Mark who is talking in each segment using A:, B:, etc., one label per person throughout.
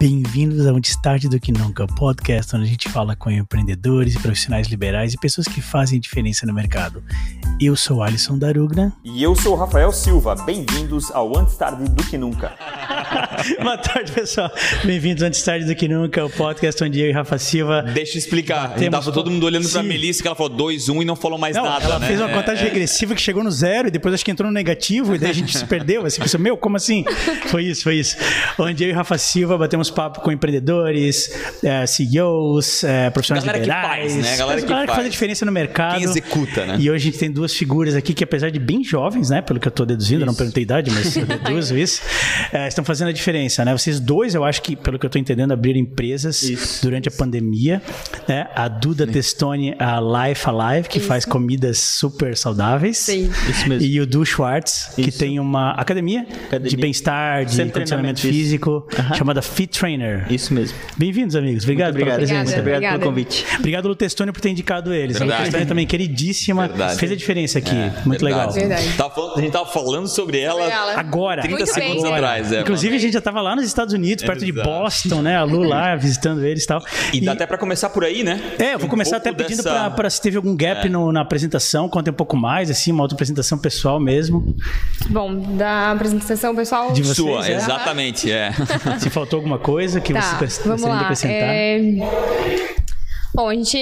A: Bem-vindos ao Destaque do Que Nunca, podcast onde a gente fala com empreendedores, profissionais liberais e pessoas que fazem diferença no mercado. Eu sou Alisson Darugna.
B: E eu sou o Rafael Silva. Bem-vindos ao Antes Tarde do Que Nunca.
A: Boa tarde, pessoal. Bem-vindos ao Antes Tarde do Que Nunca, o podcast onde eu e Rafa Silva...
C: Deixa eu explicar. Temos... Tava todo mundo olhando pra
A: Sim.
C: Melissa, que ela falou 2-1 e não falou mais
A: Não,
C: nada,
A: ela
C: né?
A: fez uma
C: É,
A: contagem regressiva que chegou no zero e depois acho que entrou no negativo e daí a gente se perdeu. Assim, pensou, meu, como assim? Foi isso, foi isso. Onde eu e Rafa Silva batemos papo com empreendedores, eh, CEOs, eh, profissionais
C: Galera que
A: liberais.
C: faz, né? Galera que
A: que faz a
C: faz.
A: diferença no mercado.
C: Quem executa, né?
A: E hoje a gente tem duas figuras aqui que, apesar de bem jovens, né? Pelo que eu tô deduzindo, eu não perguntei idade, mas eu deduzo isso. eh, estão fazendo a diferença, né? Vocês dois, eu acho que, pelo que eu tô entendendo, abriram empresas durante a pandemia. Né? A Duda Testoni, a Life Alive, que faz comidas super saudáveis.
D: Sim.
E: Isso mesmo.
A: E o Du Schwartz, que tem uma academia, de
E: Academia.
A: bem-estar, de
E: Sempre
A: condicionamento
E: treinamento físico.
A: físico,
E: Aham.
A: chamada Fit Trainer.
E: Isso mesmo.
A: Bem-vindos, amigos. Obrigado,
E: Muito obrigado,
A: pela
D: Obrigada,
A: presença.
E: Muito obrigado
D: obrigada.
E: pelo convite.
A: Obrigado, Lu Testoni, por ter indicado eles. A
C: Verdade.
A: Lu Testoni também, queridíssima.
C: Verdade. É,
A: Fez a diferença aqui. Muito legal.
D: Verdade.
C: Tava falando- Tá a gente tava falando sobre ela.
D: Sobre ela.
A: Agora.
C: 30
D: Muito
C: segundos
D: bem.
C: atrás, é.
A: Inclusive, a gente já estava lá nos Estados Unidos, perto de
C: Exato.
A: Boston, né? A Lu lá visitando eles e tal.
C: E dá até pra começar por aí, né?
A: É, eu vou
C: Um
A: começar
C: pouco
A: até pedindo
C: dessa- É.
A: pra para se teve algum gap no- na apresentação, contem um pouco mais, assim, uma outra apresentação pessoal mesmo.
D: Bom, da apresentação, pessoal.
A: De vocês,
C: Sua,
A: é?
C: exatamente, é.
A: se faltou alguma coisa que
D: Tá,
A: você gostaria
D: vamos
A: de
D: lá.
A: acrescentar.
D: É, Bom, a gente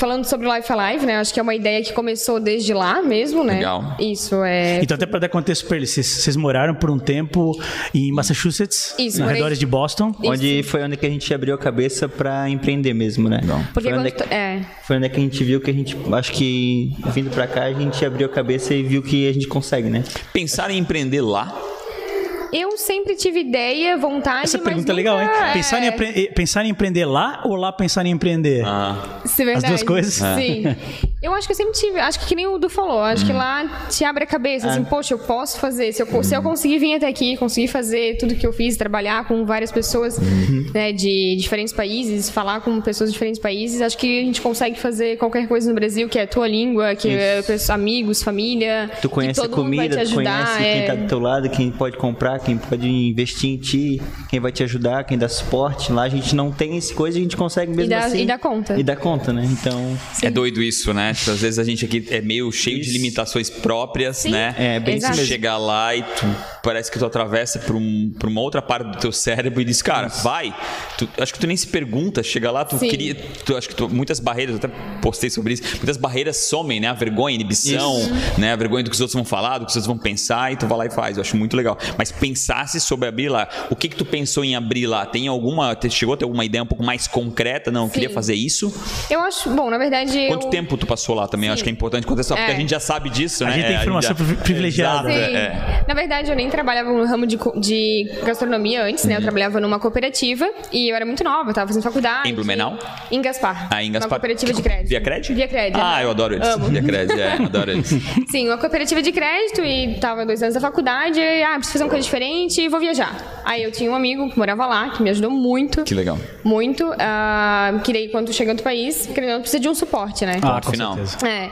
D: falando sobre o Life Alive, né? Acho que é uma ideia que começou desde lá mesmo, né?
C: Legal.
D: Isso, é.
A: Então, até para dar contexto para eles, vocês, vocês moraram por um tempo em Massachusetts,
D: Isso,
A: na
D: morei-
A: redores de Boston.
D: Isso.
E: Onde foi onde que a gente abriu a cabeça pra empreender mesmo, né?
D: Porque
E: Foi, onde
D: quando-
E: que,
D: é.
E: foi onde que a gente viu que a gente, acho que vindo pra cá, a gente abriu a cabeça e viu que a gente consegue, né?
C: Pensar em empreender lá.
D: Eu sempre tive ideia, vontade.
A: Essa
D: mas
A: pergunta é legal, hein?
D: nunca- É,
A: Pensar, em empre- eh, pensar em empreender lá ou lá pensar em empreender?
C: Ah,
D: Isso é verdade.
A: duas coisas?
D: Sim. Eu acho que eu sempre tive, acho que que nem o Du falou, acho
E: Hum.
D: que lá te abre a cabeça,
E: É.
D: assim, poxa, eu posso fazer, se eu, co- se eu conseguir vir até aqui, conseguir fazer tudo que eu fiz, trabalhar com várias pessoas,
E: Uhum.
D: né, de diferentes países, falar com pessoas de diferentes países, acho que a gente consegue fazer qualquer coisa no Brasil, que é a tua língua, que é pesso- amigos, família,
E: Tu conhece
D: que
E: a
D: todo mundo vai
E: comida,
D: te
E: tu
D: ajudar,
E: conhece
D: é...
E: quem tá do teu lado, quem pode comprar, quem pode investir em ti, quem vai te ajudar, quem dá suporte. Lá a gente não tem essa coisa e a gente consegue mesmo
D: dá-
E: assim.
D: e dá conta.
E: E dá conta, né? Então,
C: é doido isso, né? Tipo, às vezes a gente aqui é meio cheio de
E: Isso.
C: limitações próprias,
D: Sim,
C: né?
E: é, bem
C: Tu
D: exato.
C: chegar lá e tu, parece que tu atravessa pra, um, pra uma outra parte do teu cérebro e diz, cara, vai. Tu- acho que tu nem se pergunta, chega lá, tu
D: Sim.
C: queria. Tu, acho que tu- muitas barreiras, eu até postei sobre isso, muitas barreiras somem, né? A vergonha, a inibição, né? A vergonha do que os outros vão falar, do que os outros vão pensar, e tu vai lá e faz. Eu acho muito legal. Mas pensasse sobre abrir lá, o que que tu pensou em abrir lá? Tem alguma. te- Chegou a ter alguma ideia um pouco mais concreta? Não, eu queria
D: Sim.
C: fazer isso.
D: Eu acho, bom, na verdade,
C: Quanto
D: eu...
C: tempo tu passou lá também? Eu Acho que é importante contestar, porque
D: É.
C: a gente já sabe disso,
A: A
C: né?
A: gente tem
C: É,
A: informação
C: já-
A: pri- privilegiada.
C: Exato,
D: Sim.
C: é, é.
D: Na verdade, eu nem trabalhava no ramo de, co- de gastronomia antes,
C: Uhum.
D: né? Eu trabalhava numa cooperativa e eu era muito nova, eu tava fazendo faculdade.
C: Em Blumenau?
D: Em Gaspar.
C: Ah, em Gaspar.
D: Uma cooperativa de crédito.
C: Via crédito?
D: Via crédito.
C: Ah, eu adoro eles. Via crédito, é, adoro eles.
D: Sim, uma cooperativa de crédito e tava dois anos da faculdade. E, ah, preciso fazer uma coisa diferente e vou viajar. Aí eu tinha um amigo que morava lá, que me ajudou muito.
C: Que legal.
D: Muito. Ah, que daí, quando chega em outro país, querendo ou não, precisa de um suporte, né?
A: Ah,
C: Ponto final.
D: É,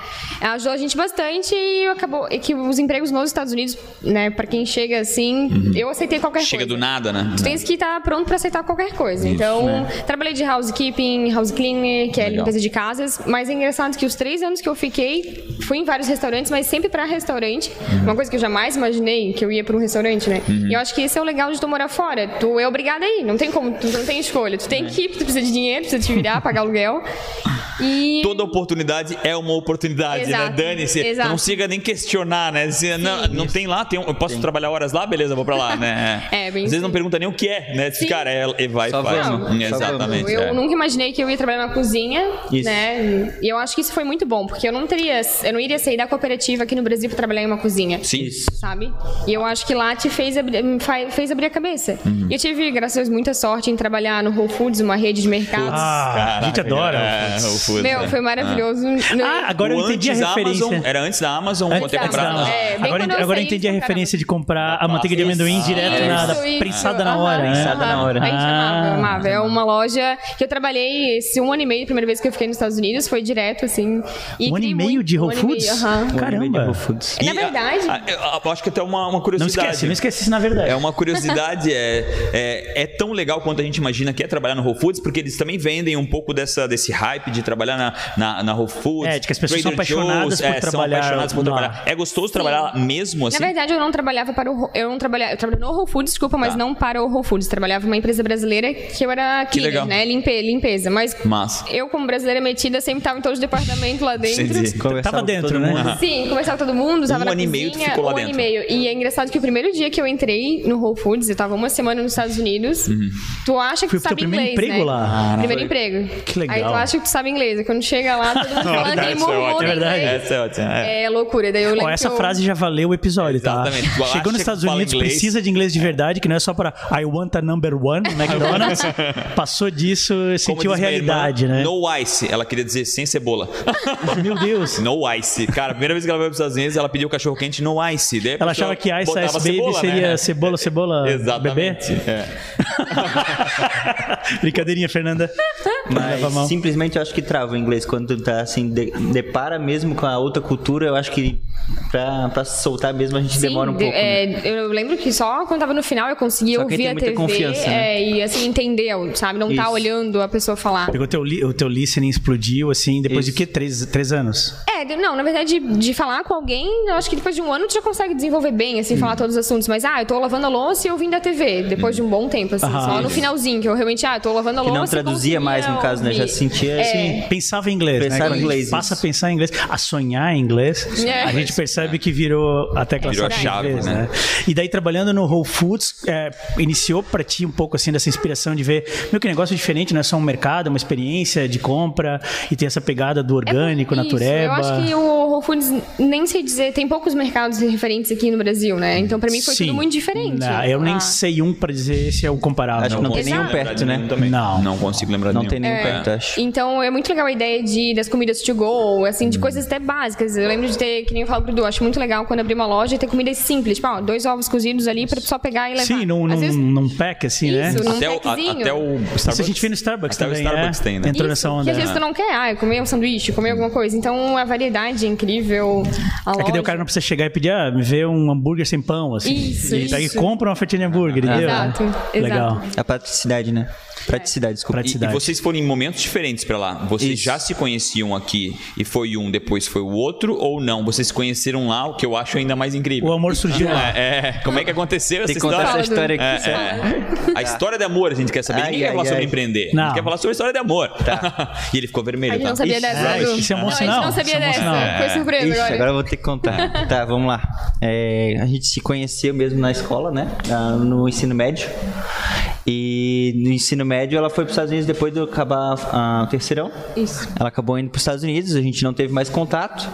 D: ajudou a gente bastante e acabou e que os empregos nos Estados Unidos, né, Pra quem chega assim, eu aceitei qualquer
C: Uhum. Chega do
D: coisa.
C: nada, né?
D: Tu tens que estar pronto pra aceitar qualquer coisa. então, trabalhei de housekeeping, house cleaner, que é
C: Legal.
D: limpeza de casas. Mas é engraçado que os três anos que eu fiquei, fui em vários restaurantes, mas sempre pra restaurante.
C: Uhum.
D: Uma coisa que eu jamais imaginei, que eu ia pra um restaurante, né? E eu acho que esse é o legal de tu morar fora. Tu é obrigada aí, não tem como, tu não tem escolha. Tu tem
C: É.
D: que ir, tu precisa de dinheiro, precisa te virar, pagar aluguel. E...
C: Toda oportunidade é uma oportunidade,
D: Exato,
C: né? Dane-se. Tu
D: exato.
C: Não chega nem questionar, né? Se, não, não tem lá, tem um- eu posso trabalhar horas lá, beleza, vou pra lá, né?
D: É, bem
C: Às vezes
D: sim.
C: não pergunta nem o que é, né? Tu
D: Sim.
C: fica, Cara, é, é, vai e
E: Só
C: faz.
E: vamos,
C: Hum,
E: só
C: Exatamente.
D: Eu
C: é.
D: nunca imaginei que eu ia trabalhar na cozinha,
E: Isso.
D: né? E eu acho que isso foi muito bom, porque eu não teria, eu não iria sair da cooperativa aqui no Brasil pra trabalhar em uma cozinha.
C: Sim.
D: Sabe? E eu acho que lá te fez abrir, me fa- fez abrir a cabeça.
A: Uhum.
D: E eu tive, graças a Deus, muita sorte em trabalhar no Whole Foods, uma rede de mercados.
A: Ah, a gente
C: Caraca,
A: adora.
C: é, o confuso.
D: Meu,
C: né?
D: foi maravilhoso. Não-
A: Ah, agora
C: O
A: eu entendi a
C: antes da
A: referência.
C: Amazon, era antes da Amazon,
A: Antes
C: quando eu
A: da
D: comprado.
A: Amazon.
C: comprava.
D: É, bem
A: agora
D: quando eu
A: agora eu
D: saí,
A: entendi a
D: caramba.
A: referência de comprar a
C: Isso,
A: manteiga de amendoim
C: isso,
A: direto na da
D: isso, isso.
A: prensada na hora.
D: Aham,
A: né?
E: Prensada na hora.
D: A gente amava,
A: Ah.
D: amava. É uma loja que eu trabalhei esse um ano e meio, a primeira vez que eu fiquei nos Estados Unidos, foi direto, assim. E
A: Um ano
D: criei
A: e meio
D: muito-
A: de
D: um
A: Whole
D: ano e meio,
A: Foods?
D: aham.
A: Caramba.
E: Whole Foods.
D: É, Na
C: E a-
D: verdade-
C: a- eu- eu acho que até uma, uma
A: Não
C: curiosidade.
A: esquece, não esquece isso na verdade.
C: É uma curiosidade, é, é, é tão legal quanto a gente imagina que é trabalhar no Whole Foods, porque eles também vendem um pouco dessa, desse hype de trabalhar na, na, na Whole Foods.
A: É, de que as pessoas são
C: Trader
A: apaixonadas por
C: é,
A: trabalhar
C: São apaixonadas por
A: lá.
C: trabalhar. É gostoso trabalhar lá mesmo assim?
D: Na verdade, eu não trabalhava para o. Eu não trabalhava. Eu trabalhava no Whole Foods, desculpa, mas
C: Tá.
D: não para o Whole Foods. Trabalhava numa empresa brasileira que eu era cleaner,
C: legal.
D: né? Limpe, limpeza. Mas
C: Mas.
D: eu, como brasileira metida, sempre estava em todos os departamentos lá dentro.
C: Entendi.
E: Conversava com
A: dentro,
E: todo
A: né?
E: mundo.
A: Aham.
D: Sim, conversava com todo mundo, usava
C: Um
D: na
C: ano e meio tu
D: cozinha,
C: ficou lá
D: um
C: dentro.
D: ano e meio. E é engraçado que o primeiro dia que eu entrei no Whole Foods, eu tava uma semana nos Estados Unidos,
C: Uhum.
D: tu acha que
A: Foi
D: tu
A: o teu
D: sabe
A: primeiro
D: inglês,
A: emprego
D: né?
A: lá. Ah,
D: Primeiro
C: Foi.
D: emprego.
A: Que legal.
D: Aí tu acha que tu sabe inglês. e Quando chega lá, todo mundo falando
C: Essa
D: em
C: é
D: murmúrio
C: ótima.
A: É verdade.
D: inglês.
C: Essa é ótima. É.
D: É loucura. Daí eu lembro
A: Ó, essa
D: que eu-
A: frase já valeu o episódio, tá?
C: Exatamente. Tu acha
A: Chegou
C: que
A: nos Estados
C: fala
A: Unidos,
C: inglês?
A: precisa de inglês de verdade, que não é só para I want a number one no McDonald's. Passou disso,
C: Como
A: sentiu a
C: diz minha irmã,
A: realidade, né?
C: No ice. Ela queria dizer sem cebola.
A: Meu Deus.
C: No ice. Cara, a primeira vez que ela veio para os Estados Unidos, ela pediu cachorro quente no ice. Daí a
A: Ela
C: pessoa
A: achava que Ice
C: botava
A: Ice Baby
C: cebola, né?
A: seria cebola, cebola, bebê.
C: Exatamente. É.
A: Brincadeirinha, Fernanda. Leva mal.
E: Mas simplesmente eu acho que trava o inglês quando tu tá assim, de- depara mesmo com a outra cultura, eu acho que pra, pra soltar mesmo a gente
D: Sim,
E: demora um
D: de-
E: pouco. né?
D: é, Eu lembro que só quando tava no final eu conseguia
E: Só quem
D: ouvir
E: tem
D: a
E: muita
D: TV
E: confiança, né?
D: é, e assim, entender, sabe? Não tá
E: Isso.
D: olhando a pessoa falar.
A: Pegou teu, li- o teu listening, explodiu, assim, depois de
E: Isso.
A: que? Três, três anos?
D: É, de- não, na verdade, de, de falar com alguém, eu acho que depois de um ano tu já consegue desenvolver bem,
E: Hum.
D: assim, falar todos os assuntos. Mas, ah, eu tô lavando a louça e ouvindo a TV, depois de um bom tempo, assim.
A: Ah,
D: só no
A: isso.
D: finalzinho, que eu realmente, ah, eu tô lavando a
E: Que
D: louça.
E: não
D: e
E: traduzia mais, no
D: conseguia
E: caso, né? Já
D: ouvir. É.
E: sentia assim.
A: Pensava em inglês, né?
E: Pensava em
A: Quando a gente
E: inglês,
A: Passa a
E: isso.
A: pensar em inglês, a sonhar em inglês.
D: É.
A: A gente percebe que virou a tecla
C: Virou a
A: só em
C: chave,
A: inglês,
C: né?
A: E daí, trabalhando no Whole Foods, é, iniciou pra ti um pouco, assim, dessa inspiração de ver, meu, que negócio diferente, não é só um mercado, é uma experiência de compra e tem essa pegada do orgânico,
D: É Isso, Eu
A: natureba.
D: acho que o Whole Foods, nem sei dizer, tem poucos mercados referentes aqui no Brasil, né? Então, pra mim, foi
A: Sim.
D: tudo muito diferente.
A: Não, eu nem
D: Ah.
A: sei um pra dizer se é o comparável.
E: Acho que Ah, não tem
C: consigo
E: nenhum
C: lembrar
E: perto,
C: de
E: né?
C: nenhum também.
A: Não.
C: Não consigo lembrar de
E: Não tem nenhum
D: É.
E: perto, acho.
D: Então é muito legal a ideia de, das comidas to go, assim,
A: Uhum.
D: de coisas até básicas. Eu lembro de ter, que nem eu falo pro Du, acho muito legal quando abrir uma loja e ter comidas simples, tipo, ó, dois ovos cozidos ali pra só pegar e levar.
A: Sim, num,
D: Às
A: num,
D: vezes,
A: num pack, assim, né?
D: Isso, num
C: Até o, a-
D: packzinho.
C: até o Starbucks.
A: Isso a gente vê no Starbucks
C: até
A: também,
C: o Starbucks
A: é?
C: tem, né?
A: Entrou nessa onda.
D: que às vezes tu não quer, ah, eu comer um sanduíche, comer alguma coisa. Então a variedade é incrível. A
A: É que daí
D: loja.
A: o cara não precisa chegar e pedir, ah, me vê um hambúrguer sem pão, assim.
D: Isso,
A: Ele
D: isso.
A: pega e compra uma fatia de hambúrguer, entendeu?
D: Exato, exato.
A: Legal.
E: A praticidade, né? Praticidade, desculpa.
C: E, e
A: Cidade.
C: vocês foram em momentos diferentes pra lá. Vocês
E: Isso.
C: já se conheciam aqui e foi um, depois foi o outro, ou não? Vocês se conheceram lá, o que eu acho ainda mais incrível.
A: O amor surgiu lá.
C: É, é. como é que aconteceu essa
E: Tem que contar essa
C: história?
E: história
D: Fala,
E: aqui.
D: Dudu.
E: sabe?
C: É, é. A história de amor a gente quer saber.
E: Ai,
C: Ninguém quer
E: ai,
C: falar sobre
E: ai.
D: empreender.
C: empreender. A
A: Não.
C: gente quer falar sobre a história de amor. e ele ficou vermelho,
D: A gente
C: tá?
D: não sabia
C: Ixi,
D: dessa,
A: é,
D: Du.
A: isso é
D: A gente
A: emocional,
D: não sabia
A: isso é
D: dessa.
A: emocional.
D: Foi surpresa
E: Ixi,
D: agora.
E: agora é eu vou ter que contar. tá, vamos lá. É, a gente se conheceu mesmo na escola, né? Ah, No ensino médio. E no ensino médio ela foi para os Estados Unidos depois de eu acabar ah, o terceirão.
D: Isso.
E: Ela acabou indo para os Estados Unidos, a gente não teve mais contato.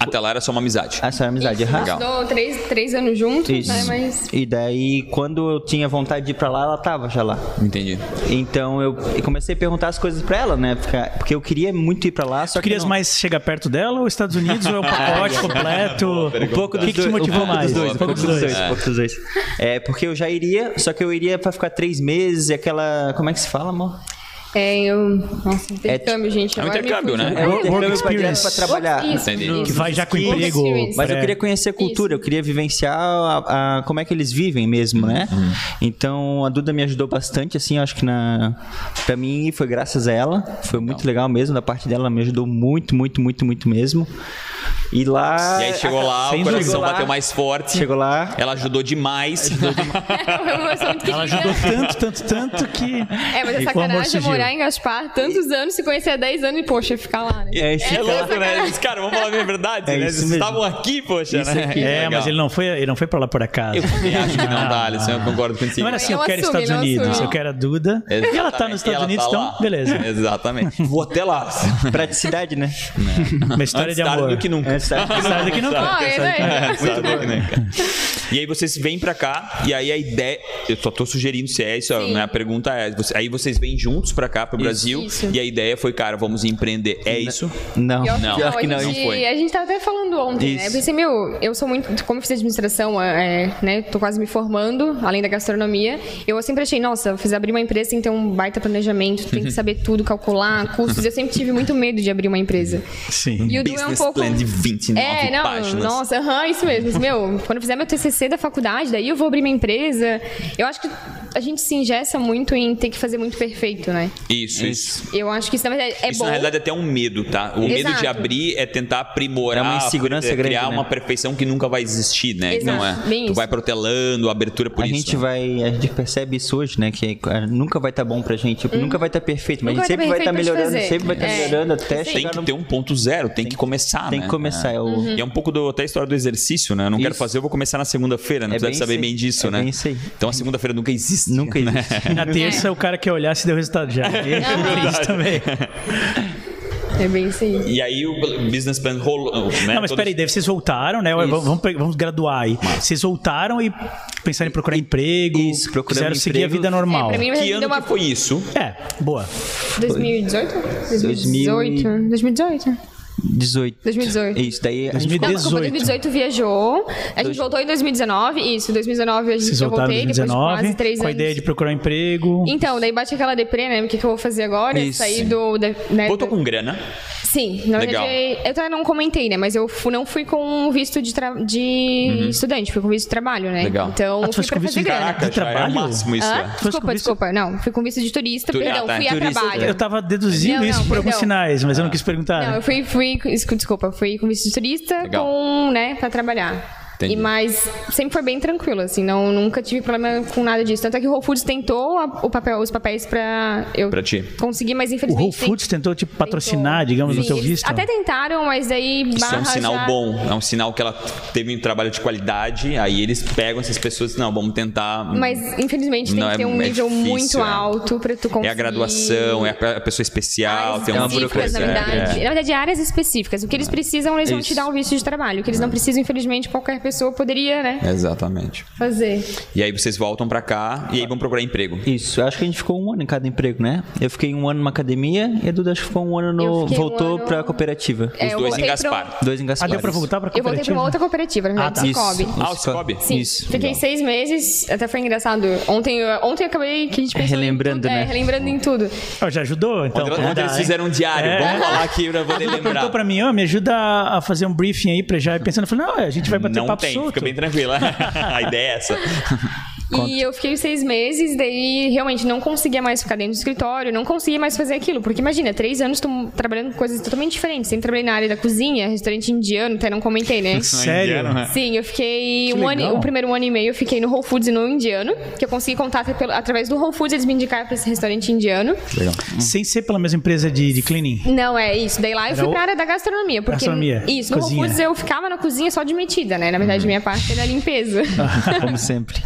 C: Até lá era só uma amizade.
E: Ah, Essa era a amizade,
D: Isso,
E: errada.
D: Estudou três, três anos juntos, né? Mas.
E: E daí, quando eu tinha vontade de ir pra lá, ela tava já lá.
C: Entendi.
E: Então eu eu comecei a perguntar as coisas pra ela, né? Fica- Porque eu queria muito ir pra lá, só
A: Tu querias
E: que não-
A: mais chegar perto dela ou Estados Unidos ou é o pacote completo? Um pouco do que, que te
E: dois-
A: motivou
E: um pouco
A: mais?
E: Dos dois, um pouco dos dois,
A: dois.
E: um pouco dos dois. É, porque eu já iria, só que eu iria pra ficar três meses e aquela... Como é que se fala, amor?
D: É, eu. Nossa, intercâmbio, gente.
C: É um
D: agora me
C: intercâmbio,
D: fugiu.
C: né?
E: É um
A: Work
E: intercâmbio pra
A: experience.
E: direto Pra trabalhar.
D: Isso,
C: Entendi.
D: isso.
A: Que vai já com
E: Sim.
A: emprego.
D: Experience.
E: Mas eu
C: É.
A: pré-
E: queria conhecer a cultura, eu queria vivenciar a- a- como é que eles vivem mesmo, né?
C: Uhum.
E: Então a Duda me ajudou bastante, assim, eu acho que na para mim foi graças a ela, foi muito legal mesmo, da parte dela ela me ajudou muito, muito, muito, muito mesmo. E lá
C: E aí chegou lá, o
E: Ah, Sem
C: coração
E: chegou lá,
C: bateu mais forte.
E: Chegou lá.
C: Ela ajudou demais.
D: Eu sou muito
A: Ela
D: querida.
A: ajudou tanto, tanto, tanto que.
D: É, mas é
A: E com o amor
D: sacanagem
A: surgiu.
D: morar em Gaspar tantos anos, se conhecer há 10 anos e, poxa, ficar lá, né?
E: É, fica
C: é louco,
E: lá.
C: né? Eles, cara, vamos falar a minha verdade,
E: É
C: né?
E: isso
C: Vocês
E: mesmo.
C: estavam aqui, poxa,
E: Isso
C: né?
E: aqui.
C: Que
A: É,
C: legal.
A: mas ele não foi, ele não foi pra lá por acaso.
C: Eu também acho que não dá, Alisson. Eu concordo
A: Não
C: contigo.
A: era assim, eu
D: Não
A: quero
D: assume,
A: Estados
D: não
A: Unidos,
D: assume.
A: eu quero a Duda. E ela tá nos
C: Exatamente. E
A: Estados
C: ela
A: Unidos,
C: tá
A: então,
C: lá.
A: beleza.
C: Exatamente. Vou até lá.
E: Praticidade, né? É,
A: Uma história
C: Antes
A: de
C: tarde
A: amor.
C: do que nunca.
E: Essa-
A: Sabe que não tá.
D: Ah, é, né?
C: Muito bom, né, cara? E aí vocês vêm pra cá, e aí a ideia. Eu só tô sugerindo se é isso,
D: Sim.
C: né? a pergunta é. você- Aí vocês vêm juntos pra cá, pro Brasil,
D: Isso.
C: e a ideia foi, cara, vamos empreender. É
E: né?
C: isso?
E: Não,
D: Pior que
C: Não.
D: não,
C: Pior
D: a
C: que não,
D: gente,
C: não foi.
D: A gente tava até falando ontem, né?
E: Isso.
D: Eu pensei, meu, eu sou muito. Como eu fiz administração, é, né? Tô quase me formando, além da gastronomia. Eu sempre achei, nossa, eu fiz abrir uma empresa, tem que ter um baita planejamento, tem que saber tudo, calcular custos. Eu sempre tive muito medo de abrir uma empresa.
A: Sim.
D: E o Du é um
C: Business
D: pouco.
C: plan de 29
D: É, não,
C: páginas.
D: nossa, aham, isso mesmo. Meu, quando eu fizer meu TCC da faculdade, daí eu vou abrir minha empresa. Eu acho que a gente se ingessa muito em ter que fazer muito perfeito, né?
E: É
C: Isso, isso.
D: Eu acho que isso, na verdade, é
C: isso,
D: bom.
C: na realidade, é até um medo, tá? O medo de
D: Exato.
C: abrir é tentar aprimorar,
E: É uma insegurança
C: criar
E: grande, né?
C: uma perfeição que nunca vai existir, né?
D: Exato,
C: Não é.
D: bem
C: Tu
D: isso.
C: vai protelando a abertura por
E: a
C: isso.
E: gente vai, a gente percebe isso hoje, né? Que é, nunca vai estar bom pra gente, tipo, nunca vai estar perfeito, mas
D: Uhum. Nunca
E: a gente sempre vai
D: vai
E: estar
D: tá perfeito pra te
E: melhorando,
D: fazer.
E: sempre vai estar
D: É.
E: melhorando até
C: Tem
E: chegar
C: que
E: no
C: ter um ponto zero, tem, que
A: um
C: começar,
E: tem
C: né?
E: que começar,
C: É.
E: é o-
D: Uhum.
C: E é um pouco do, até a história do exercício, né? Eu não quero
E: Isso.
C: fazer, eu vou começar na segunda-feira, né?
E: É
C: Tu deve
E: bem
C: saber
E: isso aí.
C: bem disso,
E: É
C: né?
E: bem isso aí.
C: Então a segunda-feira nunca existe. né?
E: Nunca existe.
A: Na terça, o cara quer olhar se deu resultado já. É isso também.
D: É bem isso aí.
C: E aí o business plan rolou. Né?
A: Não, mas
C: Todos-
A: peraí, daí vocês voltaram, né? Ué, Vamos, vamos pe- vamos graduar aí. Vocês voltaram e pensaram em procurar emprego.
E: Isso, procurando
A: quiseram seguir a
E: emprego.
A: vida normal.
D: É, pra mim, mas
C: Que
D: deu
C: ano
D: uma...
C: que foi isso?
A: É, boa.
D: 2018? 2018.
E: 2018.
D: 2018.
E: 18.
D: 2018.
E: Isso, daí a gente
D: Não, desculpa,
A: 2018.
D: 2018 viajou. A gente voltou em 2019. Isso, 2019 a gente
A: Vocês
D: eu
A: voltaram em
D: voltei, depois de
A: 2019
D: quase três
A: com a
D: anos.
A: ideia de procurar um emprego.
D: Então, daí bate aquela deprê, né? O que, que eu vou fazer agora?
E: Isso.
D: Sair do. da- né,
C: Voltou
D: do-
C: com grana.
D: Sim, na
C: Legal.
D: verdade, é, eu até não comentei, né? Mas eu fu- não fui com um visto de, tra- de estudante, fui com visto de trabalho, né?
C: Uhum. Legal.
D: Então,
A: Ah, tu
D: fui
A: foi
D: pra
A: com visto
D: fazer
A: de-
D: grana.
C: Caraca,
A: De
C: já é o
A: trabalho?
C: máximo isso.
D: Hã?
C: né?
A: com
D: Desculpa,
A: visto-
D: desculpa. Não, fui com visto de turista,
C: Tu- ah,
D: perdão,
C: tá,
D: fui a
E: turista,
D: trabalho.
A: Eu tava deduzindo
D: Não,
A: isso
D: não,
A: por alguns
D: perdão.
A: sinais, mas eu não quis perguntar. né?
D: Não, eu fui, fui, escu- desculpa, eu fui com visto de turista
C: Legal.
D: com, né, pra trabalhar.
C: Entendi.
D: E, mas sempre foi bem tranquilo, assim, não, nunca tive problema com nada disso. Tanto é que o Whole Foods tentou a- o papel, os papéis pra eu
C: Pra ti.
D: conseguir, mas
A: O
D: infelizmente.
A: Whole
D: tem-
A: Foods tentou te patrocinar,
D: tentou.
A: digamos, no
D: Sim,
A: teu
D: eles
A: visto?
D: Até tentaram, mas aí barra
C: Isso é um sinal
D: já-
C: bom, é um sinal que ela teve um trabalho de qualidade, aí eles pegam essas pessoas, não, vamos tentar. hum,
D: Mas infelizmente tem
C: Não,
D: que ter
C: é-
D: um
C: é
D: nível
C: difícil,
D: muito
C: é.
D: alto pra tu
C: é
D: conseguir.
C: a graduação, é a a pessoa especial,
D: áreas
C: tem um uma
D: específicas,
C: burocracia.
D: na verdade.
C: é.
D: Na verdade, áreas específicas. O que eles precisam, eles vão
E: Isso.
D: te dar um visto de trabalho. O que eles não precisam, infelizmente, qualquer pessoa poderia, né,
C: É, Exatamente.
D: fazer.
C: E aí vocês voltam pra cá e aí vão procurar emprego.
E: Isso, eu acho que a gente ficou um ano em cada emprego, né? Eu fiquei um ano numa academia e a Duda acho que ficou um ano
D: Eu
E: no.
D: fiquei um
E: Voltou
D: ano-
E: pra cooperativa.
D: É,
C: Os
D: eu
C: dois em
D: voltei pra um-
C: Gaspar.
E: Dois em
A: Ah,
E: Gaspar.
A: deu pra voltar pra
D: Eu voltei pra
A: cooperativa?
D: uma outra cooperativa, na
A: Ah,
D: verdade,
A: tá.
D: Cicobi.
E: Isso.
C: Ah, o Cicobi?
D: Sim,
E: Isso.
D: fiquei seis meses, até foi engraçado. Ontem, eu- ontem eu acabei que a gente pensou em
E: Relembrando,
D: tudo,
E: né?
D: É, relembrando em tudo.
A: Ó, já ajudou, então.
C: Ontem, ontem
A: Dá,
C: eles
A: hein?
C: fizeram um diário,
A: É.
C: vamos falar aqui pra poder lembrar.
A: perguntou pra mim, ó, me ajuda a fazer um briefing aí pra já ir pensando. Eu falei, não, a gente vai bater
C: Não
A: papo
C: tem,
A: solto.
C: fica bem tranquila. a ideia é essa.
D: E eu fiquei seis meses, daí realmente não conseguia mais ficar dentro do escritório, não conseguia mais fazer aquilo. Porque imagina, três anos tô trabalhando com coisas totalmente diferentes. Sempre trabalhei na área da cozinha, restaurante indiano, até não comentei, né?
A: Sério?
D: Sim, eu fiquei
A: Que
D: um ano,
A: legal.
D: o primeiro ano e meio eu fiquei no Whole Foods e no indiano, que eu consegui contato pelo- através do Whole Foods, eles me indicaram pra esse restaurante indiano.
C: Uhum.
A: Sem ser pela mesma empresa de, de cleaning.
D: Não, é isso. Daí lá eu
A: Era
D: fui
A: o-
D: pra área da gastronomia. Porque
A: Gastronomia,
D: Isso, no
A: cozinha. Uhum.
D: Whole Foods eu ficava na cozinha só de metida, né? Na verdade, minha parte era limpeza.
E: Como sempre.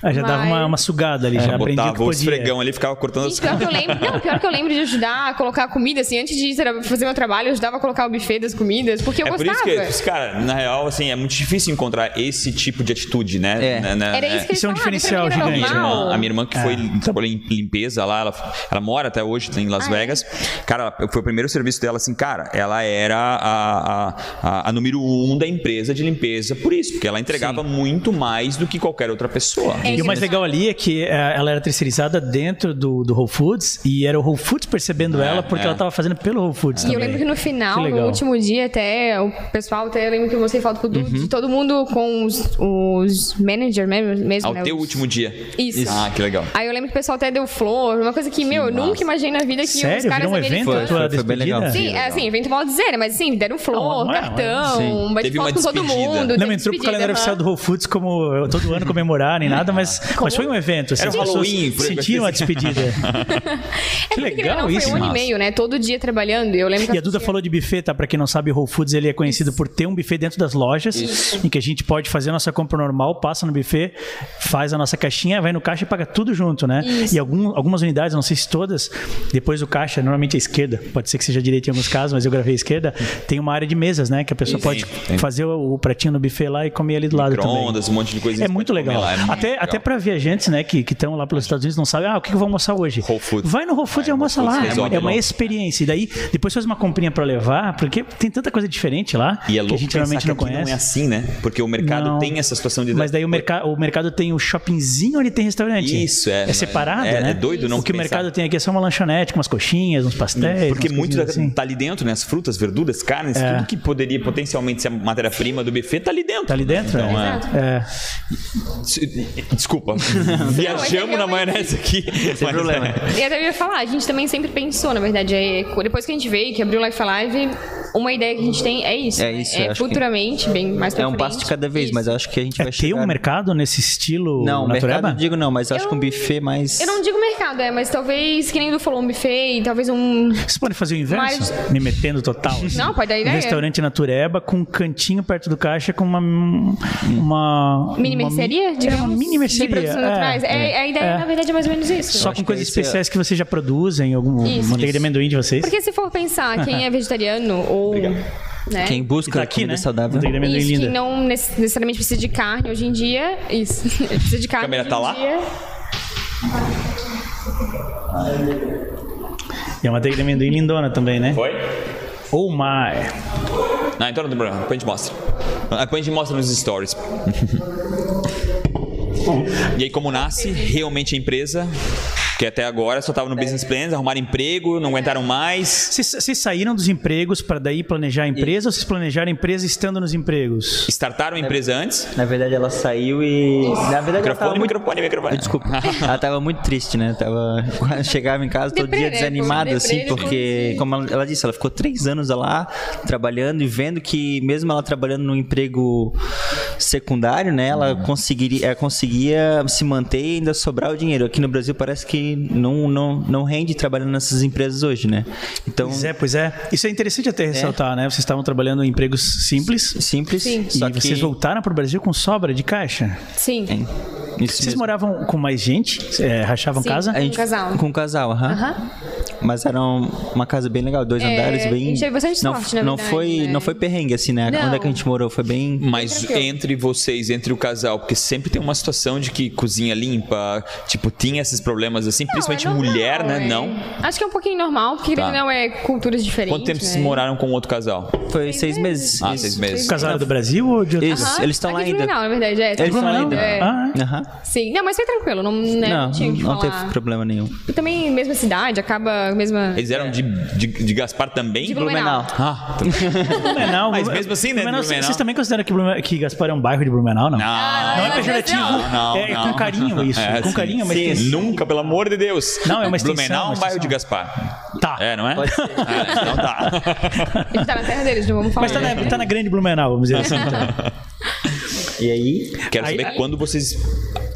A: Ah, já dava uma,
D: Mas-
A: uma sugada ali, já
C: Já
A: aprendi o que
C: É, botava o
A: podia.
C: esfregão ali, ficava cortando as
D: Gente, pior que eu lembro. Não, pior que eu lembro de ajudar a colocar a comida, assim, antes de tra- fazer meu trabalho, eu ajudava a colocar o buffet das comidas, porque eu
C: É por
D: gostava.
C: isso que, por isso, cara, na real, assim, é muito difícil encontrar esse tipo de atitude, né?
E: É.
C: Na- na-
D: Era
C: né?
D: isso que eles
A: Isso é um
D: falavam,
A: diferencial
D: pra mim era
C: A minha
A: gigante,
D: normal.
C: irmã, né? a minha irmã que foi
A: É.
C: trabalhou em limpeza lá, ela, ela mora até hoje tá em Las
D: Ah, é?
C: Vegas. Cara, ela- foi o primeiro serviço dela, assim, cara, ela era a, a, a, a número um da empresa de limpeza por isso, porque ela entregava muito mais do que qualquer outra pessoa.
D: É
A: E o mais
D: isso.
A: legal ali é que eh, ela era terceirizada dentro do, do Whole Foods e era o Whole Foods percebendo ela porque
C: é.
A: ela tava fazendo pelo Whole Foods
D: E
A: também.
D: eu lembro que no final,
A: Que legal.
D: no último dia, até o pessoal, até eu lembro que eu mostrei foto com o Du,
A: Uhum.
D: de todo mundo com os, os manager mesmo, mesmo
C: Ao
D: né?
C: Ah, teu
D: os-
C: último dia.
D: Isso.
C: Ah, que legal.
D: Aí eu lembro que o pessoal até deu flor, uma coisa que, meu, eu nunca imaginei na vida que os
A: Sério?
D: caras
A: Virou um evento a
D: americanos.
A: tua
E: Foi- foi bem legal.
A: despedida?
E: Sim,
D: Sim, é assim, evento mal dizer, né? Mas assim, deram
A: Não,
D: flor,
A: não é,
D: cartão,
E: sim.
D: bate
C: Teve
D: foto
C: uma
D: com todo
C: despedida.
A: Não,
D: mundo. teve
A: entrou pro
D: despedida,
A: calendário
D: aham.
A: oficial do Whole Foods como eh, todo ano comemorar, nem nada, mas, mas foi um evento. Assim,
C: Era
A: as
C: um
A: pessoas
C: Halloween, por aí,
A: sentiram a
C: assim.
A: despedida.
D: É
A: que
D: porque, querendo ou
A: legal
D: não,
A: isso.
D: Foi um ano
C: massa.
D: e meio, né? Todo dia trabalhando. Eu lembro que
A: E a Duda
D: assistia-
A: falou de buffet, tá? Pra quem não sabe, o Whole Foods ele é conhecido por ter um buffet dentro das lojas, em que a gente pode fazer a nossa compra normal, passa no buffet, faz a nossa caixinha, vai no caixa e paga tudo junto, né? E algum- algumas unidades, não sei se todas, depois do caixa, normalmente à esquerda, pode ser que seja direita em alguns casos, mas eu gravei à esquerda, tem uma área de mesas, né? Que a pessoa pode
C: Tem.
A: fazer o, o pratinho no buffet lá e comer ali do lado também.
C: Micro-ondas, um monte de coisa.
A: É muito legal. até
C: é
A: até para viajantes, né, que estão lá pelos Estados Unidos não sabem, ah, o que, que eu vou almoçar hoje?
C: Whole Foods.
A: Vai no Whole Foods e
C: Vai no
A: almoça
C: Whole Foods,
A: lá.
C: resolve
A: É uma
C: logo.
A: experiência. E daí, depois faz uma comprinha para levar, porque tem tanta coisa diferente lá
C: E é
A: que
C: louco
A: a gente
C: pensar
A: realmente
C: que
A: não
C: aqui não é
A: conhece.
C: assim, né? Porque o mercado
A: Não.
C: tem essa situação de...
A: Mas daí o, merca o mercado tem o shoppingzinho onde tem restaurante.
C: Isso, é.
A: É separado,
C: É-
A: né?
C: é doido não
A: O que o
C: pensar. Hum,
A: mercado tem aqui é só uma lanchonete com umas coxinhas, uns pastéis.
C: Porque
A: umas
C: muito da,
A: coisinhas assim.
C: tá ali dentro, né? As frutas, verduras, carnes,
A: É.
C: tudo que poderia potencialmente ser a matéria-prima do buffet tá ali dentro.
A: Tá ali dentro?
C: Então,
A: né?
C: é.
A: É.
C: Des- Desculpa, viajamos na maionese aqui. é. Sem
E: problema.
D: E até eu ia falar, a gente também sempre pensou, na verdade, é, depois que a gente veio, que abriu o Life Live, uma ideia que a gente tem é isso.
E: É
D: né?
E: isso, eu
D: é
E: acho que-
D: futuramente, bem mais pra
E: É um
D: frente.
E: passo de cada vez,
D: Isso.
E: mas acho que a gente
A: É
E: vai
A: ter
E: chegar...
A: um mercado né? nesse estilo
E: Não,
A: natureba?
E: mercado eu digo não, mas acho
D: Eu-
E: que um buffet mais...
D: Eu não digo mercado, é, mas talvez, que nem do falou, um buffet, talvez um...
A: Vocês podem fazer o inverso?
D: Mas-
A: Me metendo total. assim.
D: Não, pode dar ideia.
A: Um restaurante natureba com um cantinho perto do caixa com uma. uma
D: Mini
A: uma
D: mercearia,
A: mi-
D: digamos?
A: É uma mini
D: De
A: mercearia.
D: produtos naturais. É, é, a ideia,
A: é.
D: na verdade, é mais ou menos isso.
A: Só
E: acho
A: com
E: que
A: coisas
E: esse é-
A: especiais que vocês já produzem, algum
D: Isso.
A: manteiga de amendoim de vocês.
D: Porque se for pensar, quem é vegetariano ou... Né?
E: Quem
A: Que
E: busca
A: tá
E: comida saudável...
A: Manteiga de amendoim
D: Isso, que
A: linda.
D: não nece- necessariamente precisa de carne hoje em dia. Isso. precisa de carne.
C: câmera
D: hoje
C: tá
D: em
C: lá?
D: dia.
A: E a manteiga de amendoim lindona também, né?
C: Foi?
A: Oh my!
C: Não, então não tem problema. Depois a gente mostra. Ah, Depois a gente mostra nos stories. e aí, como nasce realmente a empresa? Que até agora só tava no business plans, arrumaram emprego, não aguentaram mais.
A: Vocês vocês saíram dos empregos para daí planejar a empresa ou vocês planejaram a empresa estando nos empregos?
E: Então-
C: Startaram a empresa antes.
E: Na verdade, ela saiu e... Na verdade, ela tava
C: Microfone,
E: muito
C: microfone, microfone.
E: Desculpa. Ela tava muito triste, né? Tava, quando chegava em casa todo
D: Deprê,
E: dia
D: né?
E: desanimada,
D: Deprê,
E: assim,
D: deprê.
E: porque, como ela, ela disse, ela ficou três anos lá trabalhando e vendo que, mesmo ela trabalhando num emprego secundário, né? Ela,
A: Uhum.
E: conseguiria, ela conseguia se manter e ainda sobrar o dinheiro. Aqui no Brasil parece que não, não, não rende trabalhando nessas empresas hoje, né? Então,
A: Pois é, pois é. Isso é interessante até ressaltar, né? Vocês estavam trabalhando em empregos simples
E: simples.
D: Sim.
E: Só
A: e
E: que...
A: vocês voltaram para o Brasil com sobra de caixa.
D: Sim.
E: Isso
A: Vocês
E: mesmo.
A: moravam com mais gente? É, rachavam
D: Sim.
A: casa?
D: com casal.
E: Com um casal, aham.
D: Aham.
E: Mas era um- uma casa bem legal, dois andares,
D: a
E: bem.
D: gente teve bastante
E: não,
D: sorte, na
E: não
D: verdade,
E: foi,
D: né?
E: não foi perrengue, assim, né?
D: Não.
E: Onde é que a gente morou? Foi bem.
C: Mas entre vocês, entre o casal, porque sempre tem uma situação de que cozinha limpa, tipo, tinha esses problemas assim, principalmente
D: Não, é normal,
C: mulher, né?
D: é.
C: Não.
D: Acho que é um pouquinho normal, porque
C: Tá.
D: querendo ou não é culturas diferentes.
C: Quanto tempo
D: né?
C: vocês moraram com outro casal?
E: Foi seis meses.
C: Ah,
E: Isso.
C: seis meses.
A: Casaram do Brasil ou de outro?
E: Isso,
D: Aham.
E: eles estão lá
D: Aqui em
E: ainda.
D: Blumenau, na verdade, é.
E: Eles estão lá ainda.
D: É.
A: Ah, é.
E: Aham.
D: Sim. Não, mas foi tranquilo, não, né,
E: Não,
D: não tinha o que
E: não
D: falar.
E: teve problema nenhum.
D: E também, mesma cidade, acaba a mesma...
C: Eles eram de, de, de Gaspar também?
D: De Blumenau.
C: Ah, tá.
A: Blumenau.
C: Mas mesmo assim, né,
A: Blumenau,
C: Blumenau.
A: Vocês também consideram que, Blumenau, que Gaspar é um bairro de Blumenau, não?
C: não.
A: Não é pejorativo.
C: Não, não,
A: é
C: não.
A: com carinho isso.
C: É,
A: com
C: sim.
A: carinho, mas
E: Sim.
A: tem...
C: Nunca, pelo amor de Deus.
A: Não, é uma extensão,
C: Blumenau é
A: uma
C: um bairro
A: extensão.
C: de Gaspar.
A: Tá.
C: É, não é?
E: Pode ser.
C: Ah, então tá.
D: A gente tá na terra deles, não vamos falar. né?
A: Mas tá na, tá na grande Blumenau, vamos dizer assim.
E: E aí?
C: Quero
A: Aí-
C: saber
A: aí-
C: quando vocês